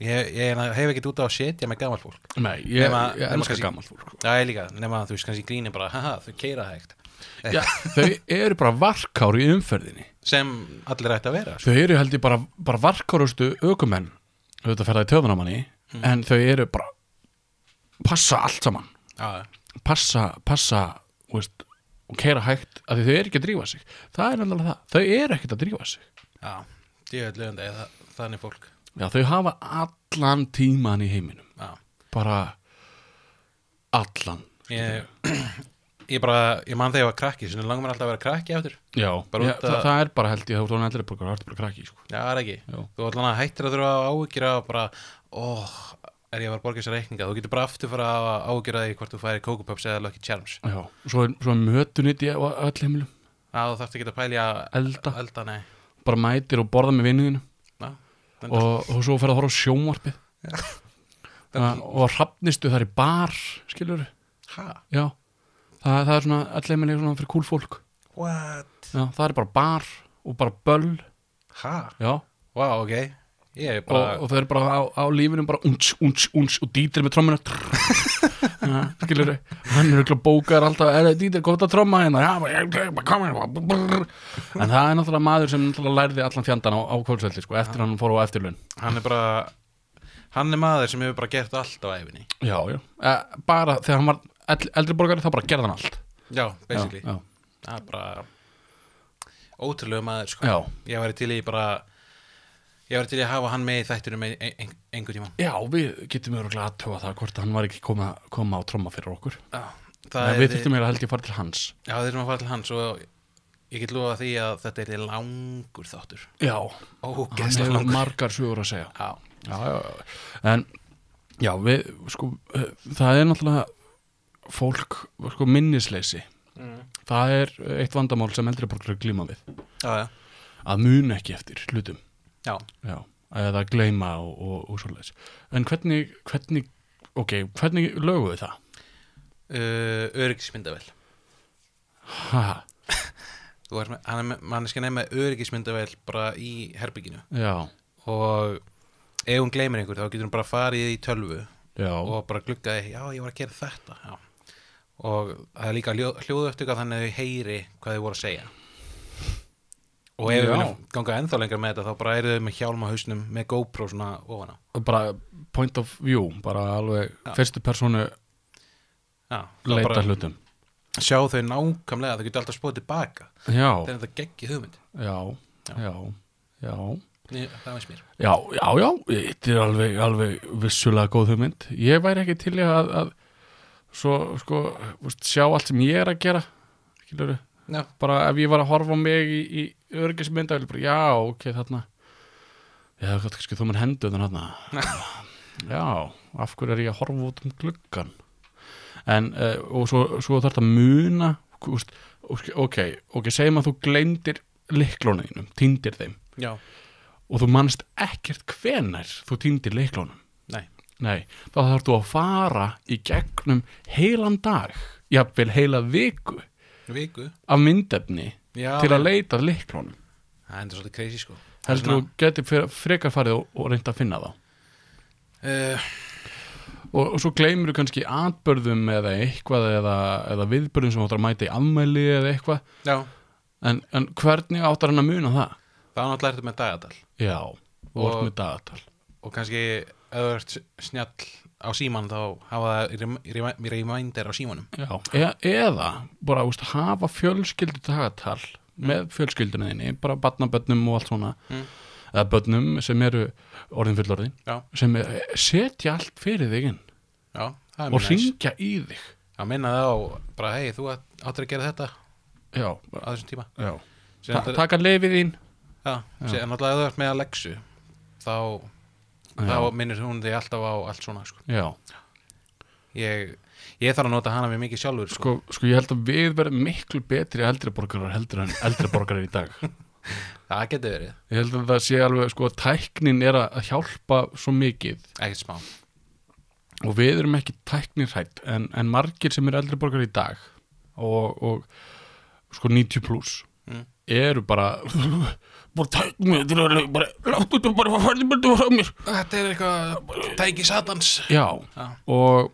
[SPEAKER 3] ég, ég hef ekkert út á að setja með gammal fólk
[SPEAKER 1] nei, ég,
[SPEAKER 3] Nema-
[SPEAKER 1] ég
[SPEAKER 3] nema
[SPEAKER 1] elska
[SPEAKER 3] kannski-
[SPEAKER 1] gamall fólk sko.
[SPEAKER 3] Já, ég líka, nema þú veist kannski grínir bara, haha, þau keira hægt Eh.
[SPEAKER 1] Já, þau eru bara varkár í umferðinni
[SPEAKER 3] sem allir ætti að vera sko.
[SPEAKER 1] Þau eru held ég bara, bara varkárustu ökumenn auðvitað ferða í töfunamanni mm. en þau eru bara passa allt saman
[SPEAKER 3] Já,
[SPEAKER 1] passa, passa þú veist, og keira hægt að þau eru ekki að drífa sig það er alveg það, þau eru ekkert að drífa sig
[SPEAKER 3] já, ég er lögandi eða þannig fólk
[SPEAKER 1] Já, þau hafa allan tíman í heiminum
[SPEAKER 3] Já,
[SPEAKER 1] bara allan
[SPEAKER 3] ég, [clears throat] ég bara, ég man þegar ég var krakki sem langar mér alltaf að vera krakki eftir
[SPEAKER 1] Já,
[SPEAKER 3] Bara
[SPEAKER 1] ég,
[SPEAKER 3] út
[SPEAKER 1] það,
[SPEAKER 3] að-
[SPEAKER 1] það er bara held ég þá er það eldri borgar, það er bara krakki sko.
[SPEAKER 3] Já, það er ekki,
[SPEAKER 1] Já.
[SPEAKER 3] þú allan að hættir að þurfa að áhyggjura og bara, óh, er ég að vera að borga þessar reikninga, þú getur bara aftur fara að áhyggjura því hvort þú færi kókupöps eða Lucky Charms
[SPEAKER 1] Já, svo, er- svo er mötunit í öll heimilum
[SPEAKER 3] Já, þú þarfst ekki að pælja
[SPEAKER 1] Elda.
[SPEAKER 3] Elda, nei
[SPEAKER 1] bara mætir og borða með vinnuðinu
[SPEAKER 3] Ná, og,
[SPEAKER 1] og, og svo ferð að horfa á sjónvarpið ja. og hrafnistu þar í bar skilur
[SPEAKER 3] ha,
[SPEAKER 1] já það, það er svona allemileg svona fyrir kúl fólk
[SPEAKER 3] what?
[SPEAKER 1] já, það er bara bar og bara böll
[SPEAKER 3] Ha,
[SPEAKER 1] já
[SPEAKER 3] vá, ok Ég er
[SPEAKER 1] og,
[SPEAKER 3] bara,
[SPEAKER 1] og þau eru bara á, á lífinu bara unts, unts, unts og dýtir með trommina ja, skilur hann er ekki bókar alltaf er það dýtir gott að tromma hérna já, bara, ég- ég- bara komin en það er náttúrulega maður sem náttúrulega lærði allan fjandan á, á kvöldsveldi sko eftir hann fór á eftirlaun
[SPEAKER 3] hann er bara Hann er maður sem hefur bara gert allt á æfinni
[SPEAKER 1] Eh, Já, já, e, bara þegar hann var eld- eldri borgari þá bara gerði hann allt
[SPEAKER 3] já, basically
[SPEAKER 1] já,
[SPEAKER 3] það er bara ótrúlega maður sko.
[SPEAKER 1] já.
[SPEAKER 3] ég væri til í bara ég væri til í að hafa hann með í þættunum ein, ein, ein, einhver tíma
[SPEAKER 1] já, við getum öruglega aðtöfa það hvort hann var ekki koma, koma á tromma fyrir okkur
[SPEAKER 3] já,
[SPEAKER 1] Nei,
[SPEAKER 3] það
[SPEAKER 1] við
[SPEAKER 3] er
[SPEAKER 1] þurftum eiginlega held ég að fara til hans
[SPEAKER 3] já, þeir eru að fara til hans og ég get lofa því að þetta er langur þáttur
[SPEAKER 1] já, hann
[SPEAKER 3] ógeðslega
[SPEAKER 1] hefur
[SPEAKER 3] langur
[SPEAKER 1] margar sögur að segja
[SPEAKER 3] já,
[SPEAKER 1] já, já, já. en já, við, sko, eh, það er náttúrulega fólk, sko, minnisleysi
[SPEAKER 3] Mm.
[SPEAKER 1] það er eitt vandamál sem eldri borgar glíma við
[SPEAKER 3] já, já,
[SPEAKER 1] að muna ekki eftir hlutum
[SPEAKER 3] já.
[SPEAKER 1] já, eða gleyma og, og, og svoleiðis en hvernig, hvernig ok, hvernig löguðu það?
[SPEAKER 3] Uh, öryggismyndavel
[SPEAKER 1] Ha, ha,
[SPEAKER 3] Þú er með, hann er með, manneskjan er með öryggismyndavel bara í herbygginu
[SPEAKER 1] já,
[SPEAKER 3] og ef hún gleymir einhver þá getur hún bara farið í tölvu
[SPEAKER 1] já
[SPEAKER 3] og bara gluggaði, já ég var að gera þetta já. og það er líka ljó, hljóðu upptöka þannig að þau heyri hvað þau voru að segja og ef
[SPEAKER 1] Já.
[SPEAKER 3] þau vilja ganga ennþá lengra með þetta þá bara eru þau með hjálm á hausnum með GoPro svona ofan á
[SPEAKER 1] og bara point of view, bara alveg
[SPEAKER 3] Já.
[SPEAKER 1] fyrstu persónu
[SPEAKER 3] já, þá
[SPEAKER 1] leita
[SPEAKER 3] bara
[SPEAKER 1] hlutum
[SPEAKER 3] sjá þau nákvæmlega þau getur alltaf spóðið tilbaka
[SPEAKER 1] já,
[SPEAKER 3] þegar þetta geggi hugmynd
[SPEAKER 1] já,
[SPEAKER 3] Já.
[SPEAKER 1] já, já
[SPEAKER 3] Nei, það veist mér
[SPEAKER 1] Já, já, já, þetta er alveg, alveg vissulega góð hugmynd. Ég væri ekki til í að, að svo, sko, veist, sjá allt sem ég er að gera, skilur
[SPEAKER 3] já,
[SPEAKER 1] bara ef ég var að horfa á mig í, í örgismynda, bara, já, ok, þarna, já, kannski þú mér hendu þannig þarna, já, af hverju er ég að horfa út um gluggan? En, uh, og svo, svo þarf þetta að muna, veist, ok, ok, ok, segjum að þú gleymdir liklónuðinum, týndir þeim,
[SPEAKER 3] já,
[SPEAKER 1] og þú manst ekkert hvenær þú týndir leiklónum.
[SPEAKER 3] nei
[SPEAKER 1] Nei, þá þarf þú að fara í gegnum heilan dag, jafnvel heila viku
[SPEAKER 3] viku
[SPEAKER 1] af myndefni
[SPEAKER 3] já,
[SPEAKER 1] til að leita að leiklónum.
[SPEAKER 3] það endur svolítið crazy sko
[SPEAKER 1] Heldur þú geti fyr- frekar farið og, og reynda að finna þá.
[SPEAKER 3] uh,
[SPEAKER 1] Og, og svo gleymur þú kannski atbörðum eða eitthvað eða, eða viðbörðum sem þú áttar að mæta í afmæli eða eitthvað.
[SPEAKER 3] já,
[SPEAKER 1] En, en hvernig áttar hann að muna það?
[SPEAKER 3] þá náttúrulega ertu með dagatal
[SPEAKER 1] Já, og
[SPEAKER 3] Og-
[SPEAKER 1] orð með dagatal.
[SPEAKER 3] og kannski ef þú ert snjall á síman þá hafa það rem- rem- reminder á símanum
[SPEAKER 1] Já, e eða bara úst, hafa fjölskyldu dagatal með fjölskyldunni þinni, bara barnabönnum og allt svona
[SPEAKER 3] Mm.
[SPEAKER 1] eða bönnum sem eru orðin fullorðin
[SPEAKER 3] já,
[SPEAKER 1] sem er, setja allt fyrir þig inn
[SPEAKER 3] já, það er
[SPEAKER 1] og
[SPEAKER 3] mjög næs.
[SPEAKER 1] ringja í þig
[SPEAKER 3] að minna það á bara hei, þú átt- áttir að gera þetta
[SPEAKER 1] Já,
[SPEAKER 3] á þessum tíma
[SPEAKER 1] já Ta
[SPEAKER 3] síðan náttúrulega-
[SPEAKER 1] Taka leifið þín
[SPEAKER 3] já, síðan náttúrulega ef þú ert með að legsu þá, þá minnir hún þig alltaf á allt svona sko.
[SPEAKER 1] Já,
[SPEAKER 3] ég, ég þarf að nota hana mér mikið sjálfur sko.
[SPEAKER 1] sko, sko ég held að við verðum miklu betri eldri borgarar heldur en eldri borgarar í dag
[SPEAKER 3] það getur verið,
[SPEAKER 1] Ég held að það sé alveg, sko, að tæknin er að að hjálpa svo mikið
[SPEAKER 3] ekkert smá
[SPEAKER 1] og við erum ekki tæknirhætt en, en margir sem eru eldri borgar í dag og, og sko 90 pluss
[SPEAKER 3] Mm.
[SPEAKER 1] eru bara bara tækni þetta er alveg bara láttu þetta bara færði bara þetta frá mér
[SPEAKER 3] þetta er eitthvað tæki satans
[SPEAKER 1] já
[SPEAKER 3] Já.
[SPEAKER 1] og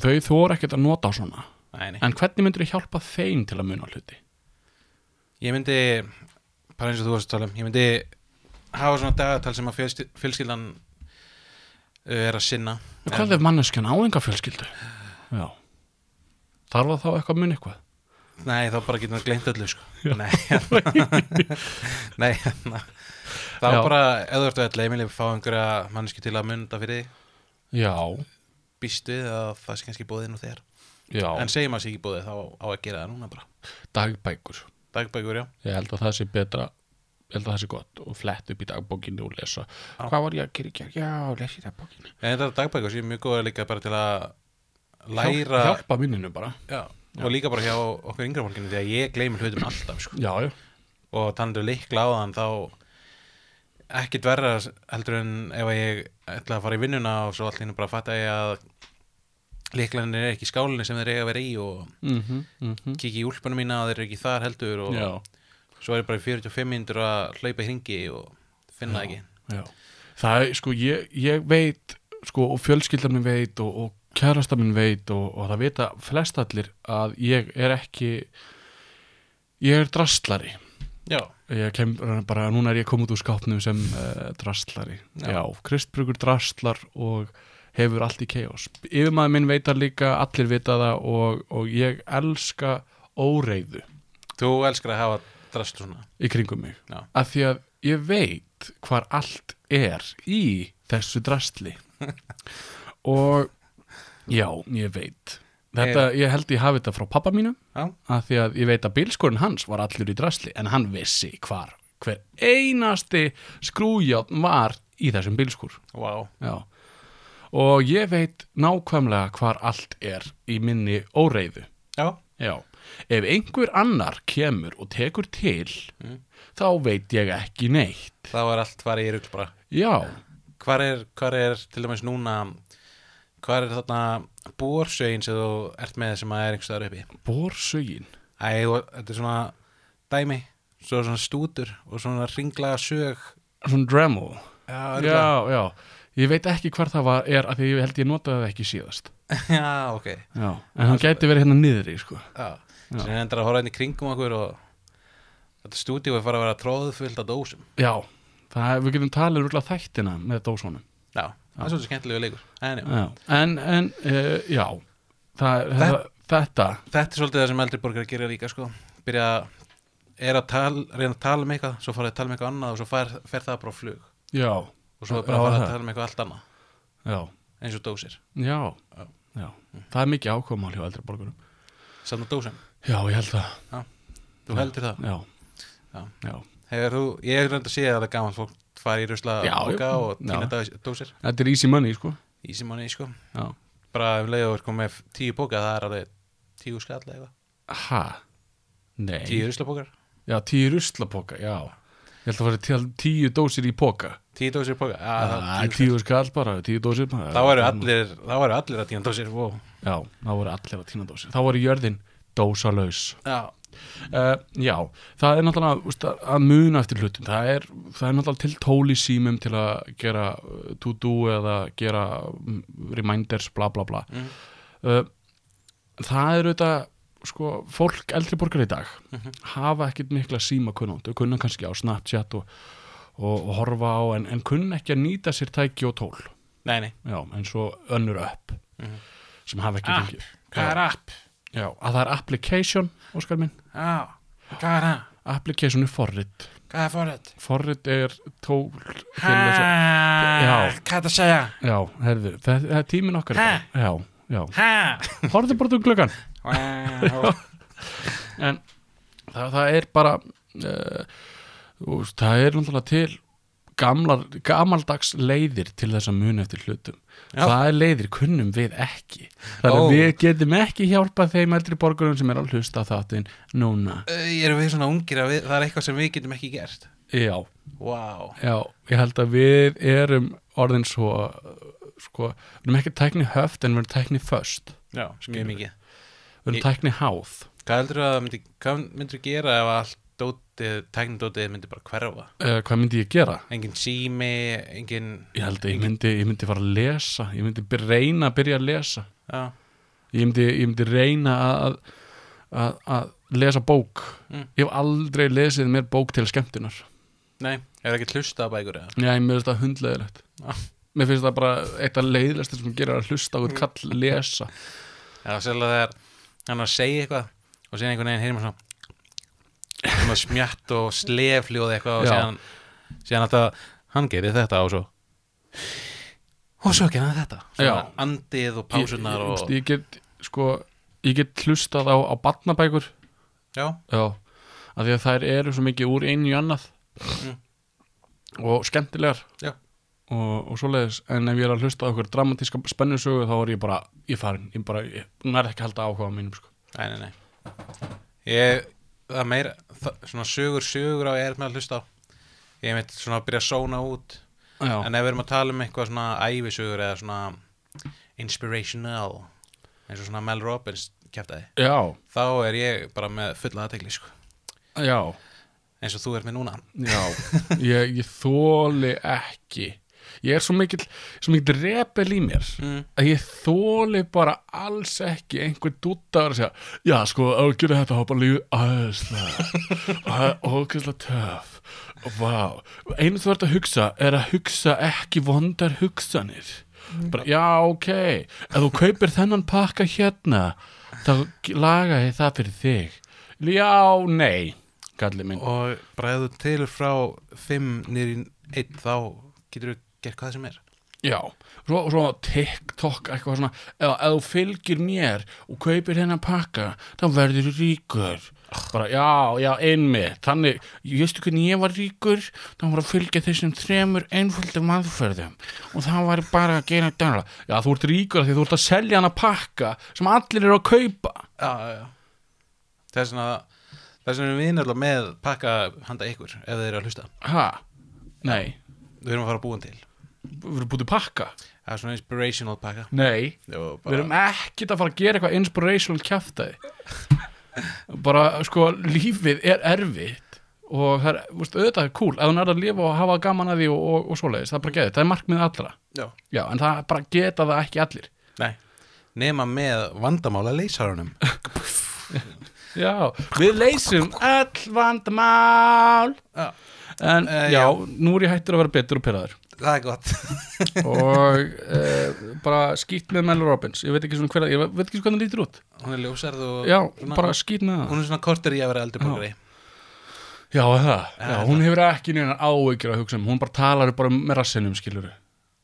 [SPEAKER 1] þau þóra ekkert að nota á svona
[SPEAKER 3] nei, nei.
[SPEAKER 1] en hvernig myndur þau hjálpa þeim til að muna hluti
[SPEAKER 3] Ég myndi, bara eins og þú varst að tala um, ég myndi hafa svona dagatal sem að fjölsky- fjölskyldan uh, er að sinna.
[SPEAKER 1] og hvað ef manneskjan á enga fjölskyldu já þarf það þá eitthvað að muna eitthvað
[SPEAKER 3] Nei, þá bara getur hann gleymt öllu, sko. Nei, hérna. [laughs] nei, na. þá
[SPEAKER 1] Já.
[SPEAKER 3] bara, ef þú ert að leið, ég vil fá einhverja mannesku til að mynda fyrir þig,
[SPEAKER 1] já,
[SPEAKER 3] býstu við að það sé kannski bóðið nú þegar.
[SPEAKER 1] já,
[SPEAKER 3] En segjum að sé ekki bóðið, þá á að gera það núna bara.
[SPEAKER 1] dagbækur
[SPEAKER 3] Dagbækur, já.
[SPEAKER 1] Ég held að það sé betra ég held að það sé gott og flett upp í dagbókinu og lesa, hvað var ég að gera í gerð? Já, lesi í dagbókinu.
[SPEAKER 3] En þetta dagbækur séu mjög góða líka bara til að
[SPEAKER 1] Hjálp,
[SPEAKER 3] læra,
[SPEAKER 1] hjálpa minninu bara.
[SPEAKER 3] Já. og líka bara hjá okkur yngra fólkinu, því að ég gleymi hlutum alltaf, sko.
[SPEAKER 1] Já, já.
[SPEAKER 3] og um tandur líkla á þann þá ekkit verra heldur en ef að ég ætla að fara í vinnuna og svo allir bara fatta ég að líklanin er ekki í skálinni sem þeir eiga að vera í og
[SPEAKER 1] Mm -hmm, mm -hmm.
[SPEAKER 3] kikið í úlpunum mína að þeir eru ekki þar heldur og
[SPEAKER 1] já,
[SPEAKER 3] svo er ég bara í 45 minnur að hlaupa í hringi og finna það ekki
[SPEAKER 1] já. Það er, sko, ég, ég veit, sko, og fjölskyldan minn veit og, og kærasta minn veit og, og það vita flestallir að ég er ekki, ég er drastlari.
[SPEAKER 3] Já,
[SPEAKER 1] Ég kem bara, núna er ég komið út úr skápnum sem uh, drastlari.
[SPEAKER 3] Já.
[SPEAKER 1] Já. Kristbrugur drastlar og hefur allt í chaos. Yfirmaður minn veitar líka, allir vita það og, og ég elska óreiðu
[SPEAKER 3] Þú elskar að hafa drasl svona
[SPEAKER 1] í kringum mig
[SPEAKER 3] Já.
[SPEAKER 1] af því að ég veit hvar allt er í þessu [laughs] drastli og já, ég veit þetta, ég held ég hafi þetta frá pappa mínu
[SPEAKER 3] Já.
[SPEAKER 1] af því að ég veit að bílskorinn hans var allur í drastli en hann vissi hvar hver einasti skrújátn var í þessum bílskur
[SPEAKER 3] Vá
[SPEAKER 1] já. og ég veit nákvæmlega hvar allt er í minni óreiðu
[SPEAKER 3] Já,
[SPEAKER 1] Já, ef einhver annar kemur og tekur til, þá veit ég ekki neitt.
[SPEAKER 3] þá er allt farið í rugl bara
[SPEAKER 1] Já,
[SPEAKER 3] Hvar er, hvar er til dæmis núna Hvar er þarna bórsögin sem þú ert með sem að er einhvers staðar uppi
[SPEAKER 1] borsugin.
[SPEAKER 3] Æ, og þetta er svona dæmi Svo er svona stútur og svona ringlaga sög
[SPEAKER 1] Svona Dremel.
[SPEAKER 3] Já, örugglega.
[SPEAKER 1] Já, já. Ég veit ekki hvar það var, er að því ég held ég notaði það ekki síðast.
[SPEAKER 3] [laughs] já ok
[SPEAKER 1] Já, en hann gæti verið hérna niðri, sko.
[SPEAKER 3] Já, sem er endur að horfa inn í kringum okkur og þetta stúdíu er farið að vera tróðfullt af dósum.
[SPEAKER 1] Já, það, við getum talið rúglega þættina með dósónum.
[SPEAKER 3] Já, það er svolítið skemmtilegu leikur. En, já.
[SPEAKER 1] Já, en, en, uh, já, það, það, þetta,
[SPEAKER 3] Þetta er svolítið það sem eldri borgar gerir líka, sko. Byrja að, er að tal, reyna að tala um eitthvað, svo farið að tala um eitthvað annað og svo fær, fer það bara á flug.
[SPEAKER 1] já,
[SPEAKER 3] Og svo
[SPEAKER 1] Já,
[SPEAKER 3] er bara að fara
[SPEAKER 1] það.
[SPEAKER 3] að tala um eitthvað allt annað,
[SPEAKER 1] já,
[SPEAKER 3] eins og dósir.
[SPEAKER 1] já, já. Það er mikið ákvæmál hjá eldri borgurum.
[SPEAKER 3] Samt á dósum.
[SPEAKER 1] Já, ég held það.
[SPEAKER 3] Þú heldur það.
[SPEAKER 1] Já,
[SPEAKER 3] Já.
[SPEAKER 1] já.
[SPEAKER 3] Hefur þú, ég er reynd að sé að það er gaman fólk farið í rusla
[SPEAKER 1] Já,
[SPEAKER 3] boka
[SPEAKER 1] já.
[SPEAKER 3] og
[SPEAKER 1] Já.
[SPEAKER 3] týna dós- dósir.
[SPEAKER 1] Þetta er easy money, sko
[SPEAKER 3] Í simóni, sko.
[SPEAKER 1] Já.
[SPEAKER 3] Bara um ef leiður komið með tíu bóka, það er alveg tíu skall eða eitthvað.
[SPEAKER 1] Ha? Nei
[SPEAKER 3] Tíu rusla bókar.
[SPEAKER 1] Já, tíu ruslapoka, já Ég held að fara til tíu dósir í poka
[SPEAKER 3] Tíu dósir í póka
[SPEAKER 1] Æ, Ah, Tíu skall bara, tíu dósir bara
[SPEAKER 3] Þá eru allir, þá eru allir að tína dósir wow.
[SPEAKER 1] Já, þá voru allir að tína dósir Þá voru jörðin dósalaus
[SPEAKER 3] Já,
[SPEAKER 1] uh, Já, það er náttúrulega úst, að- að muna eftir hlutum Það er, það er náttúrulega til tól í símum til að gera uh, to-do eða gera mm, reminders, bla bla bla
[SPEAKER 3] Mhm.
[SPEAKER 1] uh, Það er auðvitað sko, fólk eldri borgar í dag hafa ekkit mikla síma kunnundu kunna kannski á Snapchat og, og, og horfa á en, en kunna ekki að nýta sér tæki og tól
[SPEAKER 3] nei, nei
[SPEAKER 1] já, eins og önnur app sem hafa ekki
[SPEAKER 2] App.
[SPEAKER 1] fengið
[SPEAKER 2] Hvað er app?
[SPEAKER 1] já, að það er application, Óskar minn
[SPEAKER 2] Já, hvað er það?
[SPEAKER 1] application er forrit
[SPEAKER 2] Hvað er forrið?
[SPEAKER 1] forrit er tól til
[SPEAKER 2] Hæ,
[SPEAKER 1] þess að Já.
[SPEAKER 2] Ah, hvað er það að segja?
[SPEAKER 1] já, herðu, það, það er tíminn okkar
[SPEAKER 2] Ha?
[SPEAKER 1] bara. já, já,
[SPEAKER 2] Hæ?
[SPEAKER 3] [laughs]
[SPEAKER 1] horfðu bara út um glöggan en það, það er bara uh, úst, það er náttúrulega til gamlar, gamaldags leiðir til þess að muna eftir hlutum
[SPEAKER 3] Já.
[SPEAKER 1] það er leiðir kunnum við ekki þannig
[SPEAKER 3] Ó.
[SPEAKER 1] að við getum ekki hjálpað þeim eldri borgurum sem er að hlusta á þáttinn núna
[SPEAKER 3] Erum við svona ungir að við, það er eitthvað sem við getum ekki gert
[SPEAKER 1] já,
[SPEAKER 3] Vá,
[SPEAKER 1] já, ég held að við erum orðin svo uh, sko, við erum ekki tækni höft en við erum tækni föst,
[SPEAKER 3] já, mjög mikið
[SPEAKER 1] við erum
[SPEAKER 3] Ég-
[SPEAKER 1] tækni háð
[SPEAKER 3] Hvað heldur að það myndi, hvað myndir gera ef allt dótið, tæknidótið myndi bara hverfa
[SPEAKER 1] uh, hvað myndi ég gera?
[SPEAKER 3] Engin sími, engin
[SPEAKER 1] ég held að ég myndi, ég myndi fara að lesa ég myndi by- reyna að byrja að lesa
[SPEAKER 3] Já,
[SPEAKER 1] ég myndi, ég myndi reyna að, að, að lesa bók
[SPEAKER 3] Mm.
[SPEAKER 1] ég hef aldrei lesið mér bók til skemmtunar
[SPEAKER 3] nei, hefur ekki hlusta á bækur eða
[SPEAKER 1] já, ég mér finnst það hundleðilegt
[SPEAKER 3] Já.
[SPEAKER 1] mér finnst það bara eitt að leiðilegst sem gerir að hlusta á
[SPEAKER 3] Mm.
[SPEAKER 1] eitthvað kall lesa
[SPEAKER 3] Já, sérlega þegar hann er að segja eitthvað og síðan einhvern veginn heyrir maður svona svona smjatt og slefljóð eitthvað og
[SPEAKER 1] Já.
[SPEAKER 3] síðan, síðan alltaf hann gerir þetta og svo og svo gerir hann þetta svona
[SPEAKER 1] Já.
[SPEAKER 3] andið og pásunar
[SPEAKER 1] ég,
[SPEAKER 3] og
[SPEAKER 1] ég, ég get, sko, ég get hlustað á, á barnabækur
[SPEAKER 3] já,
[SPEAKER 1] já, af því að þær eru svo mikið úr einu í annað
[SPEAKER 3] Mm.
[SPEAKER 1] og skemmtilegar
[SPEAKER 3] Já.
[SPEAKER 1] og, og svoleiðis en ef ég er að hlusta á okkur dramatíska spennusögu þá er ég bara, ég farin ég bara, ég nær ekki að halda áhuga á mínum sko.
[SPEAKER 3] nei, nei, nei ég, það er meira það, svona sögur, sögur á ég er með að hlusta á ég mitt svona að byrja að sóna út
[SPEAKER 1] já,
[SPEAKER 3] en ef við erum að tala um eitthvað svona ævisögur eða svona inspirational eins og svona Mel Robbins kæftæði
[SPEAKER 1] já,
[SPEAKER 3] þá er ég bara með fulla aðtegli sko.
[SPEAKER 1] já,
[SPEAKER 3] eins og þú er með núna
[SPEAKER 1] já. ég, ég þóli ekki ég er svo mikill svo mikill repel í mér
[SPEAKER 3] mm.
[SPEAKER 1] að ég þóli bara alls ekki einhver dúttar að segja já sko, ef þú gerir þetta þá bara lífið aðeinslega ókvæslega töf Vá, einu þú ert að hugsa er að hugsa ekki vondar hugsanir bara, já ok ef þú kaupir þennan pakka hérna þá laga ég það fyrir þig Já, nei, kalli minn.
[SPEAKER 3] og bara ef þú telur frá 5 nýri 1 þá getur þú gert hvað sem er
[SPEAKER 1] Já, svo, svo TikTok eitthvað svona, eða ef þú fylgir mér og kaupir hennar pakka þá verður þú ríkur bara, já, já, einmitt þannig, ég veistu hvernig ég var ríkur þá var að fylgja þessum þremur einföldum aðferðum og það var bara að gera þetta já, þú ert ríkur af því þú ert að selja hennar pakka sem allir eru að kaupa
[SPEAKER 3] já, já. þess vegna þess vegna erum við náttúrulega með pakka handa ykkur ef þeir eru að hlusta
[SPEAKER 1] ha, nei,
[SPEAKER 3] við erum að fara að búa hann til
[SPEAKER 1] við erum búin til pakka
[SPEAKER 3] það er svona inspirational pakka
[SPEAKER 1] nei,
[SPEAKER 3] og
[SPEAKER 1] Við
[SPEAKER 3] bara,
[SPEAKER 1] erum ekkert að fara að gera eitthvað inspirational kjaftaði [laughs] bara sko lífið er erfitt og það er, veist, auðvitað er cool ef hún er að lifa og hafa gaman að því og, og, og svoleiðis það er bara geðið, það er markmið allra
[SPEAKER 3] já,
[SPEAKER 1] já, en það bara geta það ekki allir
[SPEAKER 3] nei nema með vandamála leysarunum
[SPEAKER 1] já, við leysum öll vandamál
[SPEAKER 3] Já.
[SPEAKER 1] en
[SPEAKER 3] Eh,
[SPEAKER 1] já,
[SPEAKER 3] já.
[SPEAKER 1] nú er ég hættur að vera betur og pyrraður
[SPEAKER 3] það er gott [laughs]
[SPEAKER 1] og e, bara skýtt með Mel Robbins ég veit ekki svona hver að, ég veit ekki svona hvernig hann lítur út
[SPEAKER 3] hún er ljósarð og
[SPEAKER 1] já,
[SPEAKER 3] svona,
[SPEAKER 1] bara skýtt með það
[SPEAKER 3] hún er svona korter í að vera eldri borgari
[SPEAKER 1] Já, er það. Já,
[SPEAKER 3] er
[SPEAKER 1] hún hefur ekki neina áhyggjur að hugsa um, hún bara talar bara með rassinum, skilur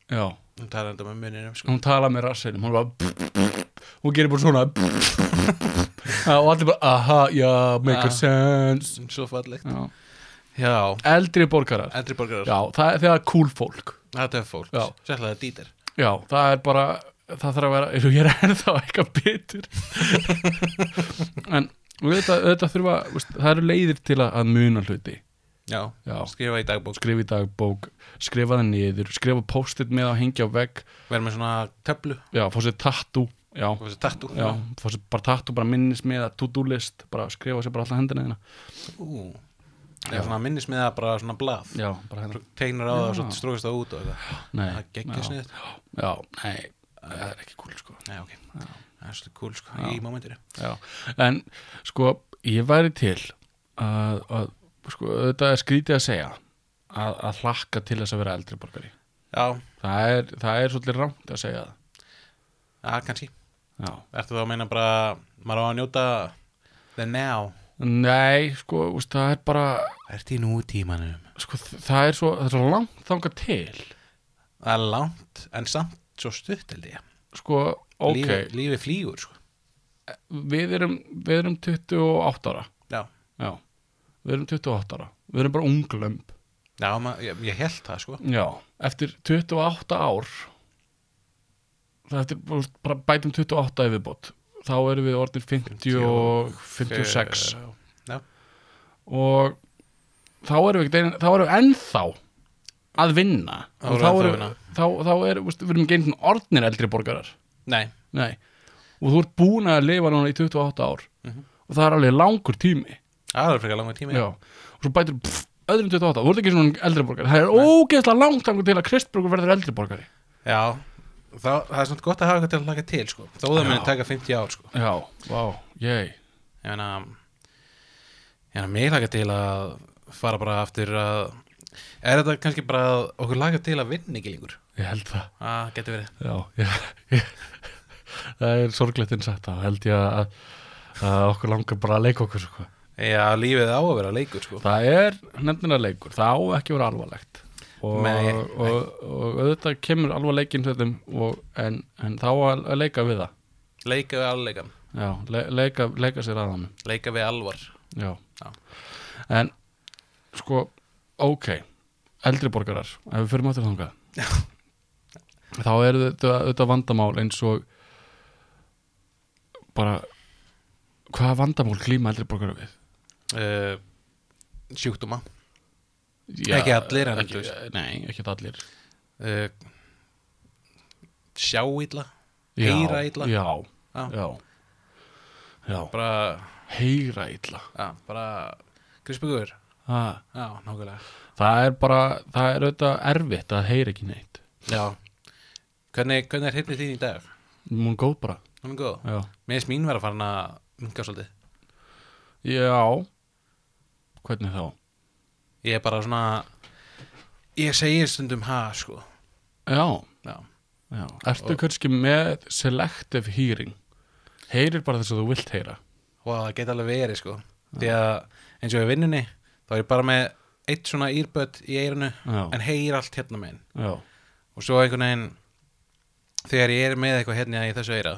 [SPEAKER 1] Já,
[SPEAKER 3] hún talar enda með muninum sko.
[SPEAKER 1] hún talar með rassinum, hún er bara [laughs] hún gerir bara svona [laughs] Já, og allir bara, aha, já, make
[SPEAKER 3] Já.
[SPEAKER 1] a sense
[SPEAKER 3] svo fallegt
[SPEAKER 1] já.
[SPEAKER 3] já,
[SPEAKER 1] Eldri borgarar
[SPEAKER 3] eldri borgarar,
[SPEAKER 1] Já, það er þegar cool fólk
[SPEAKER 3] það er töff fólk
[SPEAKER 1] Já.
[SPEAKER 3] sérlega dítir
[SPEAKER 1] Já, það er bara, það þarf að vera eru ég er ennþá eitthvað bitur [laughs] En auðvitað, auðvitað þurfa, veist, það eru leiðir til að- að muna hluti
[SPEAKER 3] já,
[SPEAKER 1] Já.
[SPEAKER 3] skrifa í dagbók
[SPEAKER 1] skrifa í dagbók, skrifa það niður skrifa post-it með að hengja á vegg
[SPEAKER 3] vera með svona töflu
[SPEAKER 1] já, fá sér tattu já,
[SPEAKER 3] og þessi tattoo
[SPEAKER 1] já, fá sér bara tattu, bara minnis með að to-do list, bara skrifa sér bara alltaf hendina þína
[SPEAKER 3] Ú, já, svona minnist með það bara svona blað
[SPEAKER 1] já, bara hérna. hendina
[SPEAKER 3] tegnar á það og svo
[SPEAKER 1] Já.
[SPEAKER 3] strókast það út og eitthvað
[SPEAKER 1] nei,
[SPEAKER 3] það geggja
[SPEAKER 1] já,
[SPEAKER 3] sniðið
[SPEAKER 1] já, nei, það er ekki cool sko
[SPEAKER 3] Nei, ok, það er svolítið cool sko í momentinu
[SPEAKER 1] já, en sko ég væri til að, að sko, þetta er skrítið að segja að, að hlakka til þess að vera eldri borgari
[SPEAKER 3] Já,
[SPEAKER 1] það er, það er svolítið rangt að segja það
[SPEAKER 3] að kannski
[SPEAKER 1] já,
[SPEAKER 3] Ertu þá að meina bara, maður á að njóta the now
[SPEAKER 1] nei, sko, veist, það er bara
[SPEAKER 3] Ertu í nútímanum?
[SPEAKER 1] sko, þ- það er svo, það er svo langt þangað til
[SPEAKER 3] Það er langt, en samt svo stutt held ég
[SPEAKER 1] sko, ok,
[SPEAKER 3] Lífi, lífi flýgur sko
[SPEAKER 1] við erum við erum 28 ára
[SPEAKER 3] Já,
[SPEAKER 1] já, við erum 28 ára við erum bara unglömb
[SPEAKER 3] já ma, ég, ég held það sko
[SPEAKER 1] já, eftir 28 ár það eftir þú veist, bara bætum 28 yfirbót þá erum við orðin 50 og 56
[SPEAKER 3] Já,
[SPEAKER 1] og þá erum við, ekki- þá erum við ennþá að vinna
[SPEAKER 3] Þá
[SPEAKER 1] og þá
[SPEAKER 3] erum við ennþá að
[SPEAKER 1] erum
[SPEAKER 3] vinna.
[SPEAKER 1] þá, þá er, veist, við erum ekki einn orðnir eldri borgarar
[SPEAKER 3] nei,
[SPEAKER 1] Nei. og þú ert búin að lifa núna í 28 ár
[SPEAKER 3] Mhm.
[SPEAKER 1] og það er alveg langur tími
[SPEAKER 3] það er frekar langa tími
[SPEAKER 1] Já. og svo bætir pff, öðrum 28 þú ert ekki svona eldri borgari það er ógeðslega langt langur til að Kristbrugur verður eldri borgari
[SPEAKER 3] Já, það, það er svona gott að hafa eitthvað til að laka til sko. þó það muni
[SPEAKER 1] Já.
[SPEAKER 3] taka 50 ár sko.
[SPEAKER 1] já, vá, ég
[SPEAKER 3] ég meina ég meina mig laka til að fara bara aftur að er þetta kannski bara að okkur laka til að vinna ekki lengur
[SPEAKER 1] ég held það
[SPEAKER 3] að getur verið
[SPEAKER 1] já, [laughs] ég, ég, það er sorglegt innsett þá held ég að, að okkur langar bara að leika okkur sko.
[SPEAKER 3] Já, lífið á að vera leikur sko.
[SPEAKER 1] það er nefnilega leikur það á ekki að vera alvarlegt og,
[SPEAKER 3] Nei,
[SPEAKER 1] og, og, auðvitað kemur alvarleikinn hlutum og, en, en þá að að leika við það
[SPEAKER 3] leika við alleikan,
[SPEAKER 1] Já, le leika, leika sér að hann
[SPEAKER 3] leika við alvar
[SPEAKER 1] Já.
[SPEAKER 3] Já.
[SPEAKER 1] En sko, ok eldri borgarar, ef við förum áttur þangað þá er þetta, þetta vandamál eins og bara hvaða vandamál klíma eldri borgarar við?
[SPEAKER 3] uh, sjúkdóma
[SPEAKER 1] Já,
[SPEAKER 3] Ekki allir, en
[SPEAKER 1] ekki,
[SPEAKER 3] þú veist.
[SPEAKER 1] Nei, ekki allir
[SPEAKER 3] uh, sjáilla
[SPEAKER 1] Já,
[SPEAKER 3] Heyra illa.
[SPEAKER 1] Já,
[SPEAKER 3] Já.
[SPEAKER 1] já. já.
[SPEAKER 3] bara,
[SPEAKER 1] Heyra illa
[SPEAKER 3] að, bara Krispíkur,
[SPEAKER 1] ha.
[SPEAKER 3] já, nákvæmlega
[SPEAKER 1] Það er bara, það er auðvitað erfitt að heyra ekki neitt
[SPEAKER 3] Já, hvernig, hvernig er hérna þín í dag?
[SPEAKER 1] Hún er góð bara
[SPEAKER 3] Hún er góð.
[SPEAKER 1] Já,
[SPEAKER 3] Mér finnst mín vera farin að minga svolítið.
[SPEAKER 1] já. Hvernig þá?
[SPEAKER 3] Ég er bara svona, ég segir stundum ha, sko.
[SPEAKER 1] Já,
[SPEAKER 3] Já,
[SPEAKER 1] já. Ertu kannski með selective hearing? Heyrir bara þess að þú vilt heyra
[SPEAKER 3] og það geta alveg verið, sko. því að eins og í vinnunni þá er ég bara með eitt svona írböt í eirinu
[SPEAKER 1] Já.
[SPEAKER 3] en heyr allt hérna megin
[SPEAKER 1] já,
[SPEAKER 3] og svo einhvern veginn þegar ég er með eitthvað hérna í þessu eira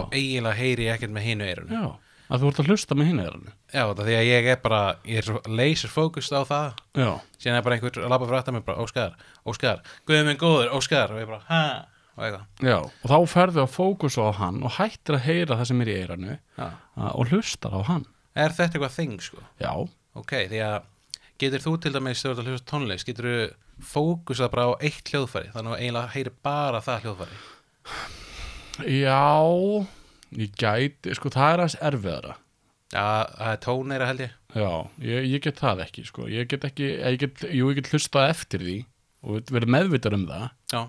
[SPEAKER 1] Já.
[SPEAKER 3] eiginlega heyri ég ekkert með hinu eirinu
[SPEAKER 1] já að þú ert að hlusta með hinn eðranu
[SPEAKER 3] já, þetta því að ég er bara ég er svo laser fókust á það
[SPEAKER 1] já,
[SPEAKER 3] síðan er bara einhver að labba frá aftan mig bara óskar, óskar, guðum minn góður, óskar og ég bara, ha, og eitthvað
[SPEAKER 1] já, og þá ferðu að fókusa á hann og hættir að heyra það sem er í eiranu
[SPEAKER 3] Já.
[SPEAKER 1] og hlustar á hann
[SPEAKER 3] er þetta eitthvað þing, sko
[SPEAKER 1] já,
[SPEAKER 3] ok, því að getur þú til dæmis þegar þú ert að hlusta á tónlist, getur þú fókusað bara á eitt hljóðfæri þannig að eiginlega heyri bara það hljóðfæri
[SPEAKER 1] já ég gæti, sko það er aðeins erfiðara
[SPEAKER 3] já, það er tóneira held ég
[SPEAKER 1] Já, ég, ég get það ekki sko. ég get ekki, ég get, jú, ég get hlustað eftir því og verið meðvitað um það
[SPEAKER 3] já.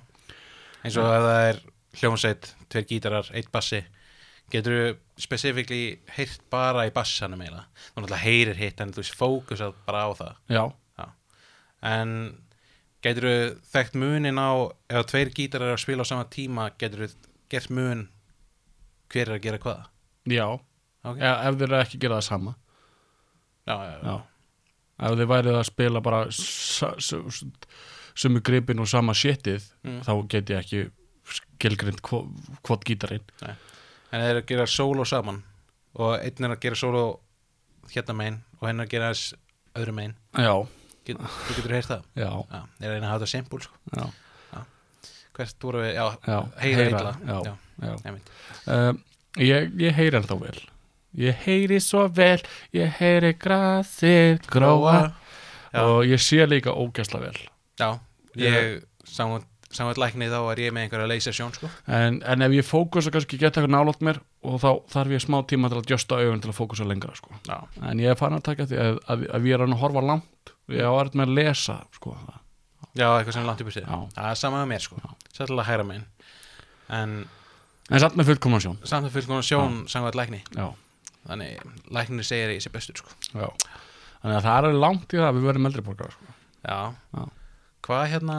[SPEAKER 3] eins og að það er hljómsveit, tveir gítarar, eitt bassi getur þú spesifíkli heyrt bara í bassanum eiginlega þú náttúrulega heyrir hitt en þú fókusað bara á það
[SPEAKER 1] Já,
[SPEAKER 3] en getur þú þekkt munin á ef tveir gítarar eru að spila á sama tíma getur þú gert mun hver er að gera hvað
[SPEAKER 1] já,
[SPEAKER 3] Ok.
[SPEAKER 1] e ef þeir eru ekki að gera það sama
[SPEAKER 3] já, já, já.
[SPEAKER 1] Já, ef þeir værið að spila bara sa- su- su- sömu gripin og sama shitið þá get ég ekki skilgrind hvort gítarinn
[SPEAKER 3] en þeir eru að gera solo saman og einn er að gera solo hérna megin og henn er að gera þess öðru megin
[SPEAKER 1] Já,
[SPEAKER 3] Get, þú getur heyrt það
[SPEAKER 1] já,
[SPEAKER 3] já, ég er að reyna að hafa þetta simpul sko.
[SPEAKER 1] já,
[SPEAKER 3] hvert voru við, já,
[SPEAKER 1] já
[SPEAKER 3] heyra illa
[SPEAKER 1] Já,
[SPEAKER 3] já,
[SPEAKER 1] já.
[SPEAKER 3] einmitt.
[SPEAKER 1] Um, ég, ég heyri ennþá vel Ég heyri svo vel Ég heyri grasið gróa
[SPEAKER 3] Já.
[SPEAKER 1] og ég sé líka ógæsla vel
[SPEAKER 3] já, ég samvægt lækni þá er ég með einhverja leysersjón sko.
[SPEAKER 1] en, en ef ég fókusa kannski geta eitthvað nálátt mér og þá þarf ég smá tíma til að djösta augun til að fókusa lengra sko.
[SPEAKER 3] já,
[SPEAKER 1] en ég er farin að taka því að, að, að ég er hann að horfa langt ég á aðeins með að lesa sko. það.
[SPEAKER 3] já eitthvað sem er langt upp í sig
[SPEAKER 1] Já.
[SPEAKER 3] það er sama með mér sko, sættilega hæra megin en
[SPEAKER 1] en samt með fullkomna sjón
[SPEAKER 3] samt að fylgum sjón samvægt lækni
[SPEAKER 1] já,
[SPEAKER 3] þannig læknir segir að ég sé bestur sko.
[SPEAKER 1] já. þannig að það er alveg langt í það að við verðum eldri borgar sko.
[SPEAKER 3] Já.
[SPEAKER 1] Já.
[SPEAKER 3] Hvað hérna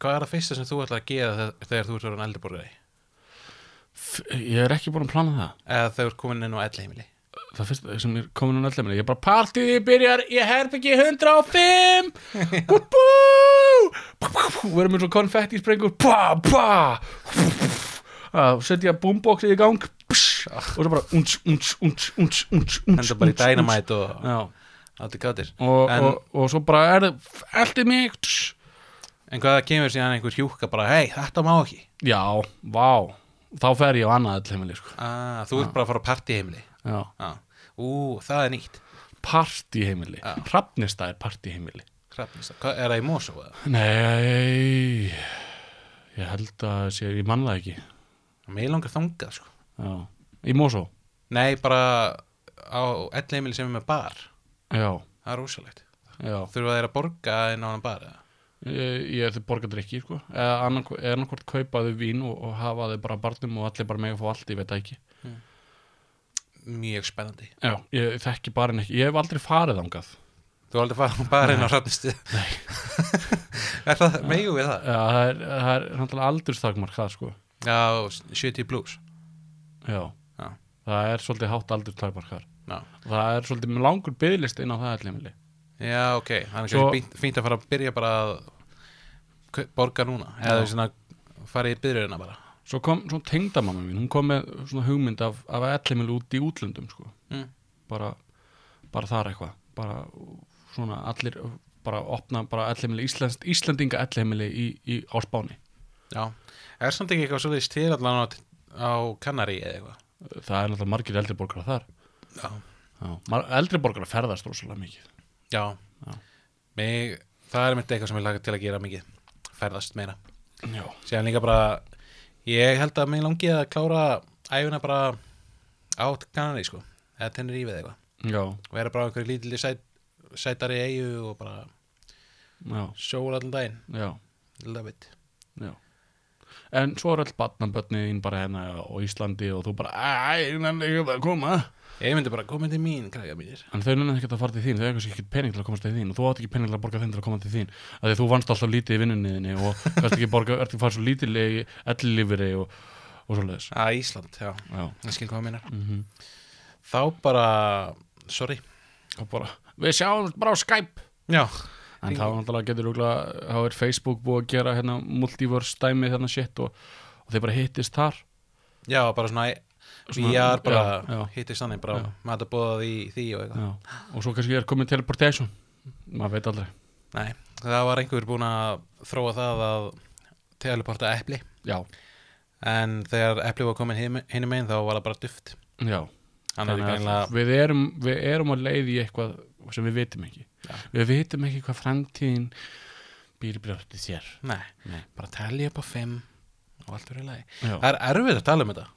[SPEAKER 3] hvað er það fyrsta sem þú ætlar að gera þeg- þegar þú ert orðin eldiborgari?
[SPEAKER 1] F- ég er ekki búin að plana það
[SPEAKER 3] Eða þegar þú ert komin inn á elliheimili?
[SPEAKER 1] það fyrst sem er komin á nöllum ég er bara partíði byrjar, ég herp ekki
[SPEAKER 3] [laughs]
[SPEAKER 1] 105 bú bú Bú, bú, bú, verður mér svo konfetti sprengur bá bá að setja boomboxið í gang pss, og svo bara unts, unts, unts, unts, unts, unts
[SPEAKER 3] Henda bara í
[SPEAKER 1] unts, unts.
[SPEAKER 3] dynamite og
[SPEAKER 1] Já,
[SPEAKER 3] allir gattir.
[SPEAKER 1] og,
[SPEAKER 3] En-
[SPEAKER 1] og, og svo bara er það eldið mig tss.
[SPEAKER 3] En hvað það kemur síðan einhver hjúka bara, hei, þetta má ekki.
[SPEAKER 1] já, vá þá fer ég á annað allheimili sko.
[SPEAKER 3] Ah, þú ert bara að fara á partíheimili.
[SPEAKER 1] Já,
[SPEAKER 3] Ah. Ú, það er nýtt.
[SPEAKER 1] partíheimili
[SPEAKER 3] Já.
[SPEAKER 1] hrafnista er partíheimili
[SPEAKER 3] Hrafnista. Hvað, er það í Mosó? eða?
[SPEAKER 1] Nei, ég held að sé, ég mann það ekki.
[SPEAKER 3] Mér langar þangað, sko.
[SPEAKER 1] Já. Í Mosó?
[SPEAKER 3] Nei, bara á elliheimili sem er með bar.
[SPEAKER 1] Já,
[SPEAKER 3] Það er rosalegt.
[SPEAKER 1] já.
[SPEAKER 3] Þurfa þeir að borga inn á hann bar, eða?
[SPEAKER 1] Ég, ég þau borga drikki, sko. Eða annarkv- eða annarkvort kaupa þau vín og, og hafa þau bara á barnum og allir bara mega fá allt, ég veit það ekki.
[SPEAKER 3] Mjög spennandi.
[SPEAKER 1] Já, ég þekki barinn ekki. Ég hef aldrei farið þangað.
[SPEAKER 3] Þú var aldrei að fara bara inn á hrafnistu Nei [laughs] Er það megu við það?
[SPEAKER 1] Já, það er, það er náttúrulega aldurstakmark það, sko.
[SPEAKER 3] Já, 70 plus
[SPEAKER 1] Já.
[SPEAKER 3] Já.
[SPEAKER 1] Það er svolítið hátt aldurstakmark þar.
[SPEAKER 3] Já,
[SPEAKER 1] Það er svolítið langur byðlist inn á það allimili.
[SPEAKER 3] já ok Þannig
[SPEAKER 1] Svo-
[SPEAKER 3] Svo... fínt, fínt að fara að byrja bara að k- borga núna
[SPEAKER 1] Já.
[SPEAKER 3] eða svona fara í byrjunna bara
[SPEAKER 1] Svo kom, svo tengdamamma mín, hún kom með svona hugmynd af, af ellimilu út í útlöndum, sko.
[SPEAKER 3] mm.
[SPEAKER 1] bara, bara þar eitthvað bara svona allir bara opna bara ellheimili Ísland, Íslandinga ellheimili í, í, á Spáni
[SPEAKER 3] Já, er samt ekki eitthvað svolítið til allan á, á Kanari eða eitthvað
[SPEAKER 1] það er náttúrulega margir eldri borgara þar
[SPEAKER 3] Já,
[SPEAKER 1] Já. Mar- eldri borgara ferðast rosalega mikið
[SPEAKER 3] já.
[SPEAKER 1] Já.
[SPEAKER 3] Mig, Það er mitt eitthvað sem ég laga til að gera mikið ferðast meira
[SPEAKER 1] já,
[SPEAKER 3] síðan líka bara ég held að mig langi að klára æfina bara á Kanari sko, eða tennir í við eitthvað
[SPEAKER 1] já,
[SPEAKER 3] vera bara á einhverju lítilli sæt, sætari eigu og bara
[SPEAKER 1] já,
[SPEAKER 3] sjóla allan daginn
[SPEAKER 1] já,
[SPEAKER 3] love it
[SPEAKER 1] já. en svo er öll batnabötnið þín bara hérna á Íslandi og þú bara æ, nenni ekki að koma
[SPEAKER 3] ég myndi bara koma til mín, krakka mínir
[SPEAKER 1] en þau nenni ekkert að fara til þín, þau hefur kannski ekkert pening til að komast til þín og þú átt ekki pening til að borga þeim til að koma til þín af því að þú vannst alltaf lítið í vinnunniðinni og kannski ekki borga, ert ekki að fara svo lítilegi ellilífri og, og svo leiðis
[SPEAKER 3] að Ísland, já,
[SPEAKER 1] Já,
[SPEAKER 3] ég skil hvað minnar
[SPEAKER 1] mm
[SPEAKER 3] þá bara sorry
[SPEAKER 1] og bara, við sjáum bara á Skype
[SPEAKER 3] Já,
[SPEAKER 1] en þá náttúrulega getur rúgla þá er Facebook búið að gera hérna multiverse dæmi þarna shit og, og þeir bara hittist þar
[SPEAKER 3] já bara svona
[SPEAKER 1] Svona-
[SPEAKER 3] VR bara
[SPEAKER 1] já, já.
[SPEAKER 3] hittist þannig bara maður að búa því, því og eitthvað
[SPEAKER 1] Já. og svo kannski er komið teleportation maður veit aldrei
[SPEAKER 3] Nei, það var einhver búinn að þróa það að teleporta epli
[SPEAKER 1] já,
[SPEAKER 3] en þegar epli var komin hinn megin þá var það bara duft
[SPEAKER 1] já
[SPEAKER 3] Hann er
[SPEAKER 1] Þannig að
[SPEAKER 3] greinlega
[SPEAKER 1] við, erum, við erum að leið í eitthvað sem við vitum ekki
[SPEAKER 3] Já.
[SPEAKER 1] við vitum ekki hvað framtíðin býr brjóttið sér
[SPEAKER 3] Nei,
[SPEAKER 1] Nei.
[SPEAKER 3] bara telja upp á 5 og allt verið lagi
[SPEAKER 1] Já.
[SPEAKER 3] Það er erfitt að tala um þetta,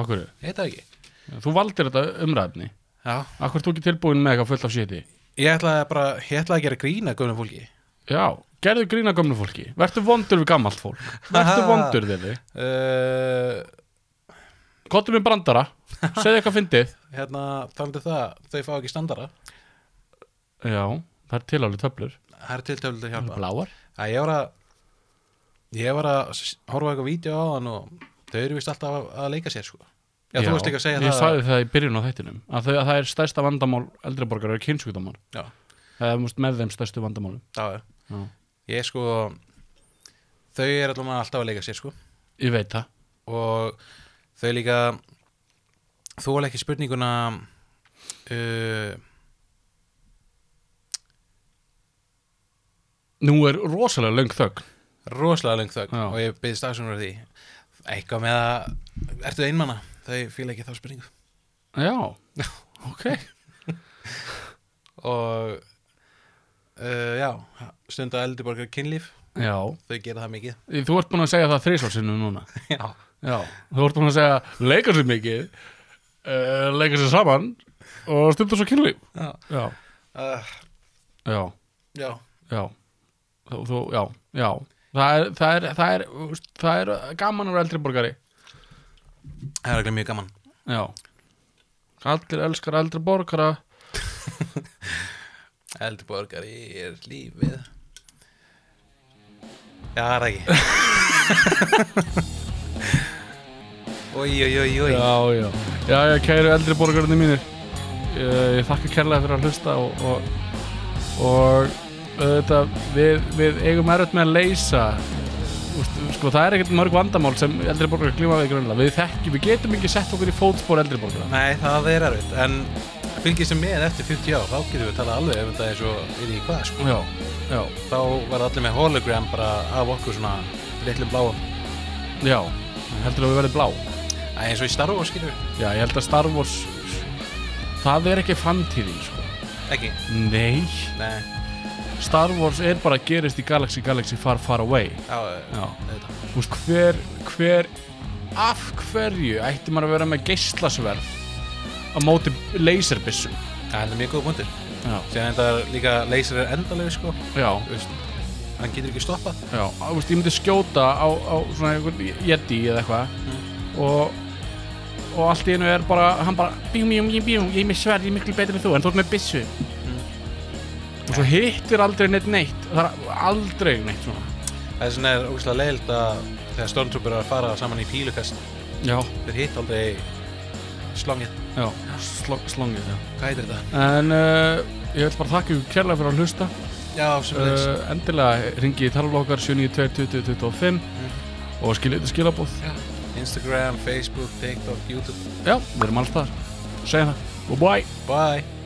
[SPEAKER 1] Akkur,
[SPEAKER 3] heita ekki
[SPEAKER 1] þú valdir þetta umræfni
[SPEAKER 3] Já,
[SPEAKER 1] Akkur er þú ekki tilbúin með eitthvað fullt af séti
[SPEAKER 3] ég ætlaði bara, ég ætlaði að gera grína gönnum fólki
[SPEAKER 1] Já, gerðu grína gömlu fólki Vertu vondur við gammalt fólk Vertu
[SPEAKER 3] Aha.
[SPEAKER 1] vondur þeirri
[SPEAKER 3] uh,
[SPEAKER 1] Kottu með brandara, segðu eitthvað fyndið
[SPEAKER 3] Hérna, talandi um það, þau fá ekki standara
[SPEAKER 1] Já, það er til alveg töflur
[SPEAKER 3] Það er til töflur til að hjálpa
[SPEAKER 1] Bláar
[SPEAKER 3] Æ, ég var að ég var að s- horfa á eitthvað vídeo á þann og þau eru vist alltaf að, að leika sér sko. Já, þú veist ekki að segja
[SPEAKER 1] Ég
[SPEAKER 3] það
[SPEAKER 1] sagði það í byrjun á þættinum Að þau- að það er stærsta vandamál eldri borgar er kynsjúkdómar
[SPEAKER 3] Já,
[SPEAKER 1] Það er múst með þeim stærstu vandamálum
[SPEAKER 3] já, já.
[SPEAKER 1] Já.
[SPEAKER 3] Ég sko þau eru allavega alltaf að leika sér sko.
[SPEAKER 1] Ég veit það
[SPEAKER 3] og þau líka þú alveg ekki spurninguna uh,
[SPEAKER 1] Nú er rosalega löng þögn
[SPEAKER 3] rosalega löng þögn
[SPEAKER 1] Já.
[SPEAKER 3] og ég byrði stafsumur því eitthvað með að ertu einmana þau fíla ekki þá spurningu
[SPEAKER 1] Já, ok
[SPEAKER 3] og uh, já, stunda eldri borgar kynlíf
[SPEAKER 1] [laughs] Já,
[SPEAKER 3] þau gera það mikið
[SPEAKER 1] þú ert búin að segja það þrísvarsinnum núna
[SPEAKER 3] já,
[SPEAKER 1] Já, þú ert búin að segja leika sér mikið uh, leika sér saman og stundar svo kynlíf
[SPEAKER 3] [laughs] já.
[SPEAKER 1] Já,
[SPEAKER 3] Uh,
[SPEAKER 1] já,
[SPEAKER 3] já.
[SPEAKER 1] já Þú, þú já, já Það er, það er, það er, úst, það er gaman að vera eldri borgari
[SPEAKER 3] það er ekki mjög gaman
[SPEAKER 1] Já Allir elskar eldri borgara
[SPEAKER 3] eldri borgar er lífið já, það er það ekki [laughs] oi, oi, oi, oi
[SPEAKER 1] Já, já Já, já, kæru eldri borgararnir mínir Eh, Ég, ég þakka kærlega fyrir að hlusta og, og, og þetta, við, við eigum erfitt með að leysa Úst, sko, það er ekkert mörg vandamál sem eldri borgarar glíma við grunlega við þekkjum, við getum ekki sett okkur í fótspor eldri borgarar
[SPEAKER 3] nei, það er erfitt en fylgið sem með eftir 40 ár þá getum við talað alveg ef þetta er svo yfir í hvað sko.
[SPEAKER 1] já, já,
[SPEAKER 3] þá var allir með hologram bara af okkur svona litlum bláum
[SPEAKER 1] já heldur að við verðum blá
[SPEAKER 3] Æ, eins og í Star Wars skilur
[SPEAKER 1] já, ég held að Star Wars það er ekki framtíðin sko.
[SPEAKER 3] ekki,
[SPEAKER 1] nei,
[SPEAKER 3] nei,
[SPEAKER 1] Star Wars er bara að gerist í Galaxy Galaxy Far Far Away
[SPEAKER 3] já, já.
[SPEAKER 1] já,
[SPEAKER 3] þetta
[SPEAKER 1] þú veist hver, hver af hverju ætti maður að vera með geislasverð á móti laserbissum
[SPEAKER 3] það er mjög góð punktur
[SPEAKER 1] já,
[SPEAKER 3] síðan þetta er líka leysir er endalegu sko
[SPEAKER 1] já,
[SPEAKER 3] Þú veist, hann getur ekki stoppað
[SPEAKER 1] já Á, þú veist, ég myndi skjóta á, á svona einhvern jedi eða eitthvað og, og allt í einu er bara hann bara, bím, bím, bím, bím, ég er með sverð ég er miklu betur en þú, en þú ert með bissu og svo hittir aldrei neitt neitt það er aldrei neitt svona
[SPEAKER 3] Þess vegna er ógæslega leild að þegar Stormtrooper er að fara saman í pílukast
[SPEAKER 1] já,
[SPEAKER 3] þeir hitt aldrei slongið
[SPEAKER 1] já, Slo, slongið já.
[SPEAKER 3] Hvað heitir þetta?
[SPEAKER 1] en uh, ég vil bara þakka ykkur kærlega fyrir að hlusta
[SPEAKER 3] Já, sem uh, þess
[SPEAKER 1] uh, endilega ringi í talvlokkar 792-2025 og skilja þetta skilabóð
[SPEAKER 3] Instagram, Facebook, TikTok, YouTube
[SPEAKER 1] já, við erum alltaf, segja það og bye
[SPEAKER 3] Bye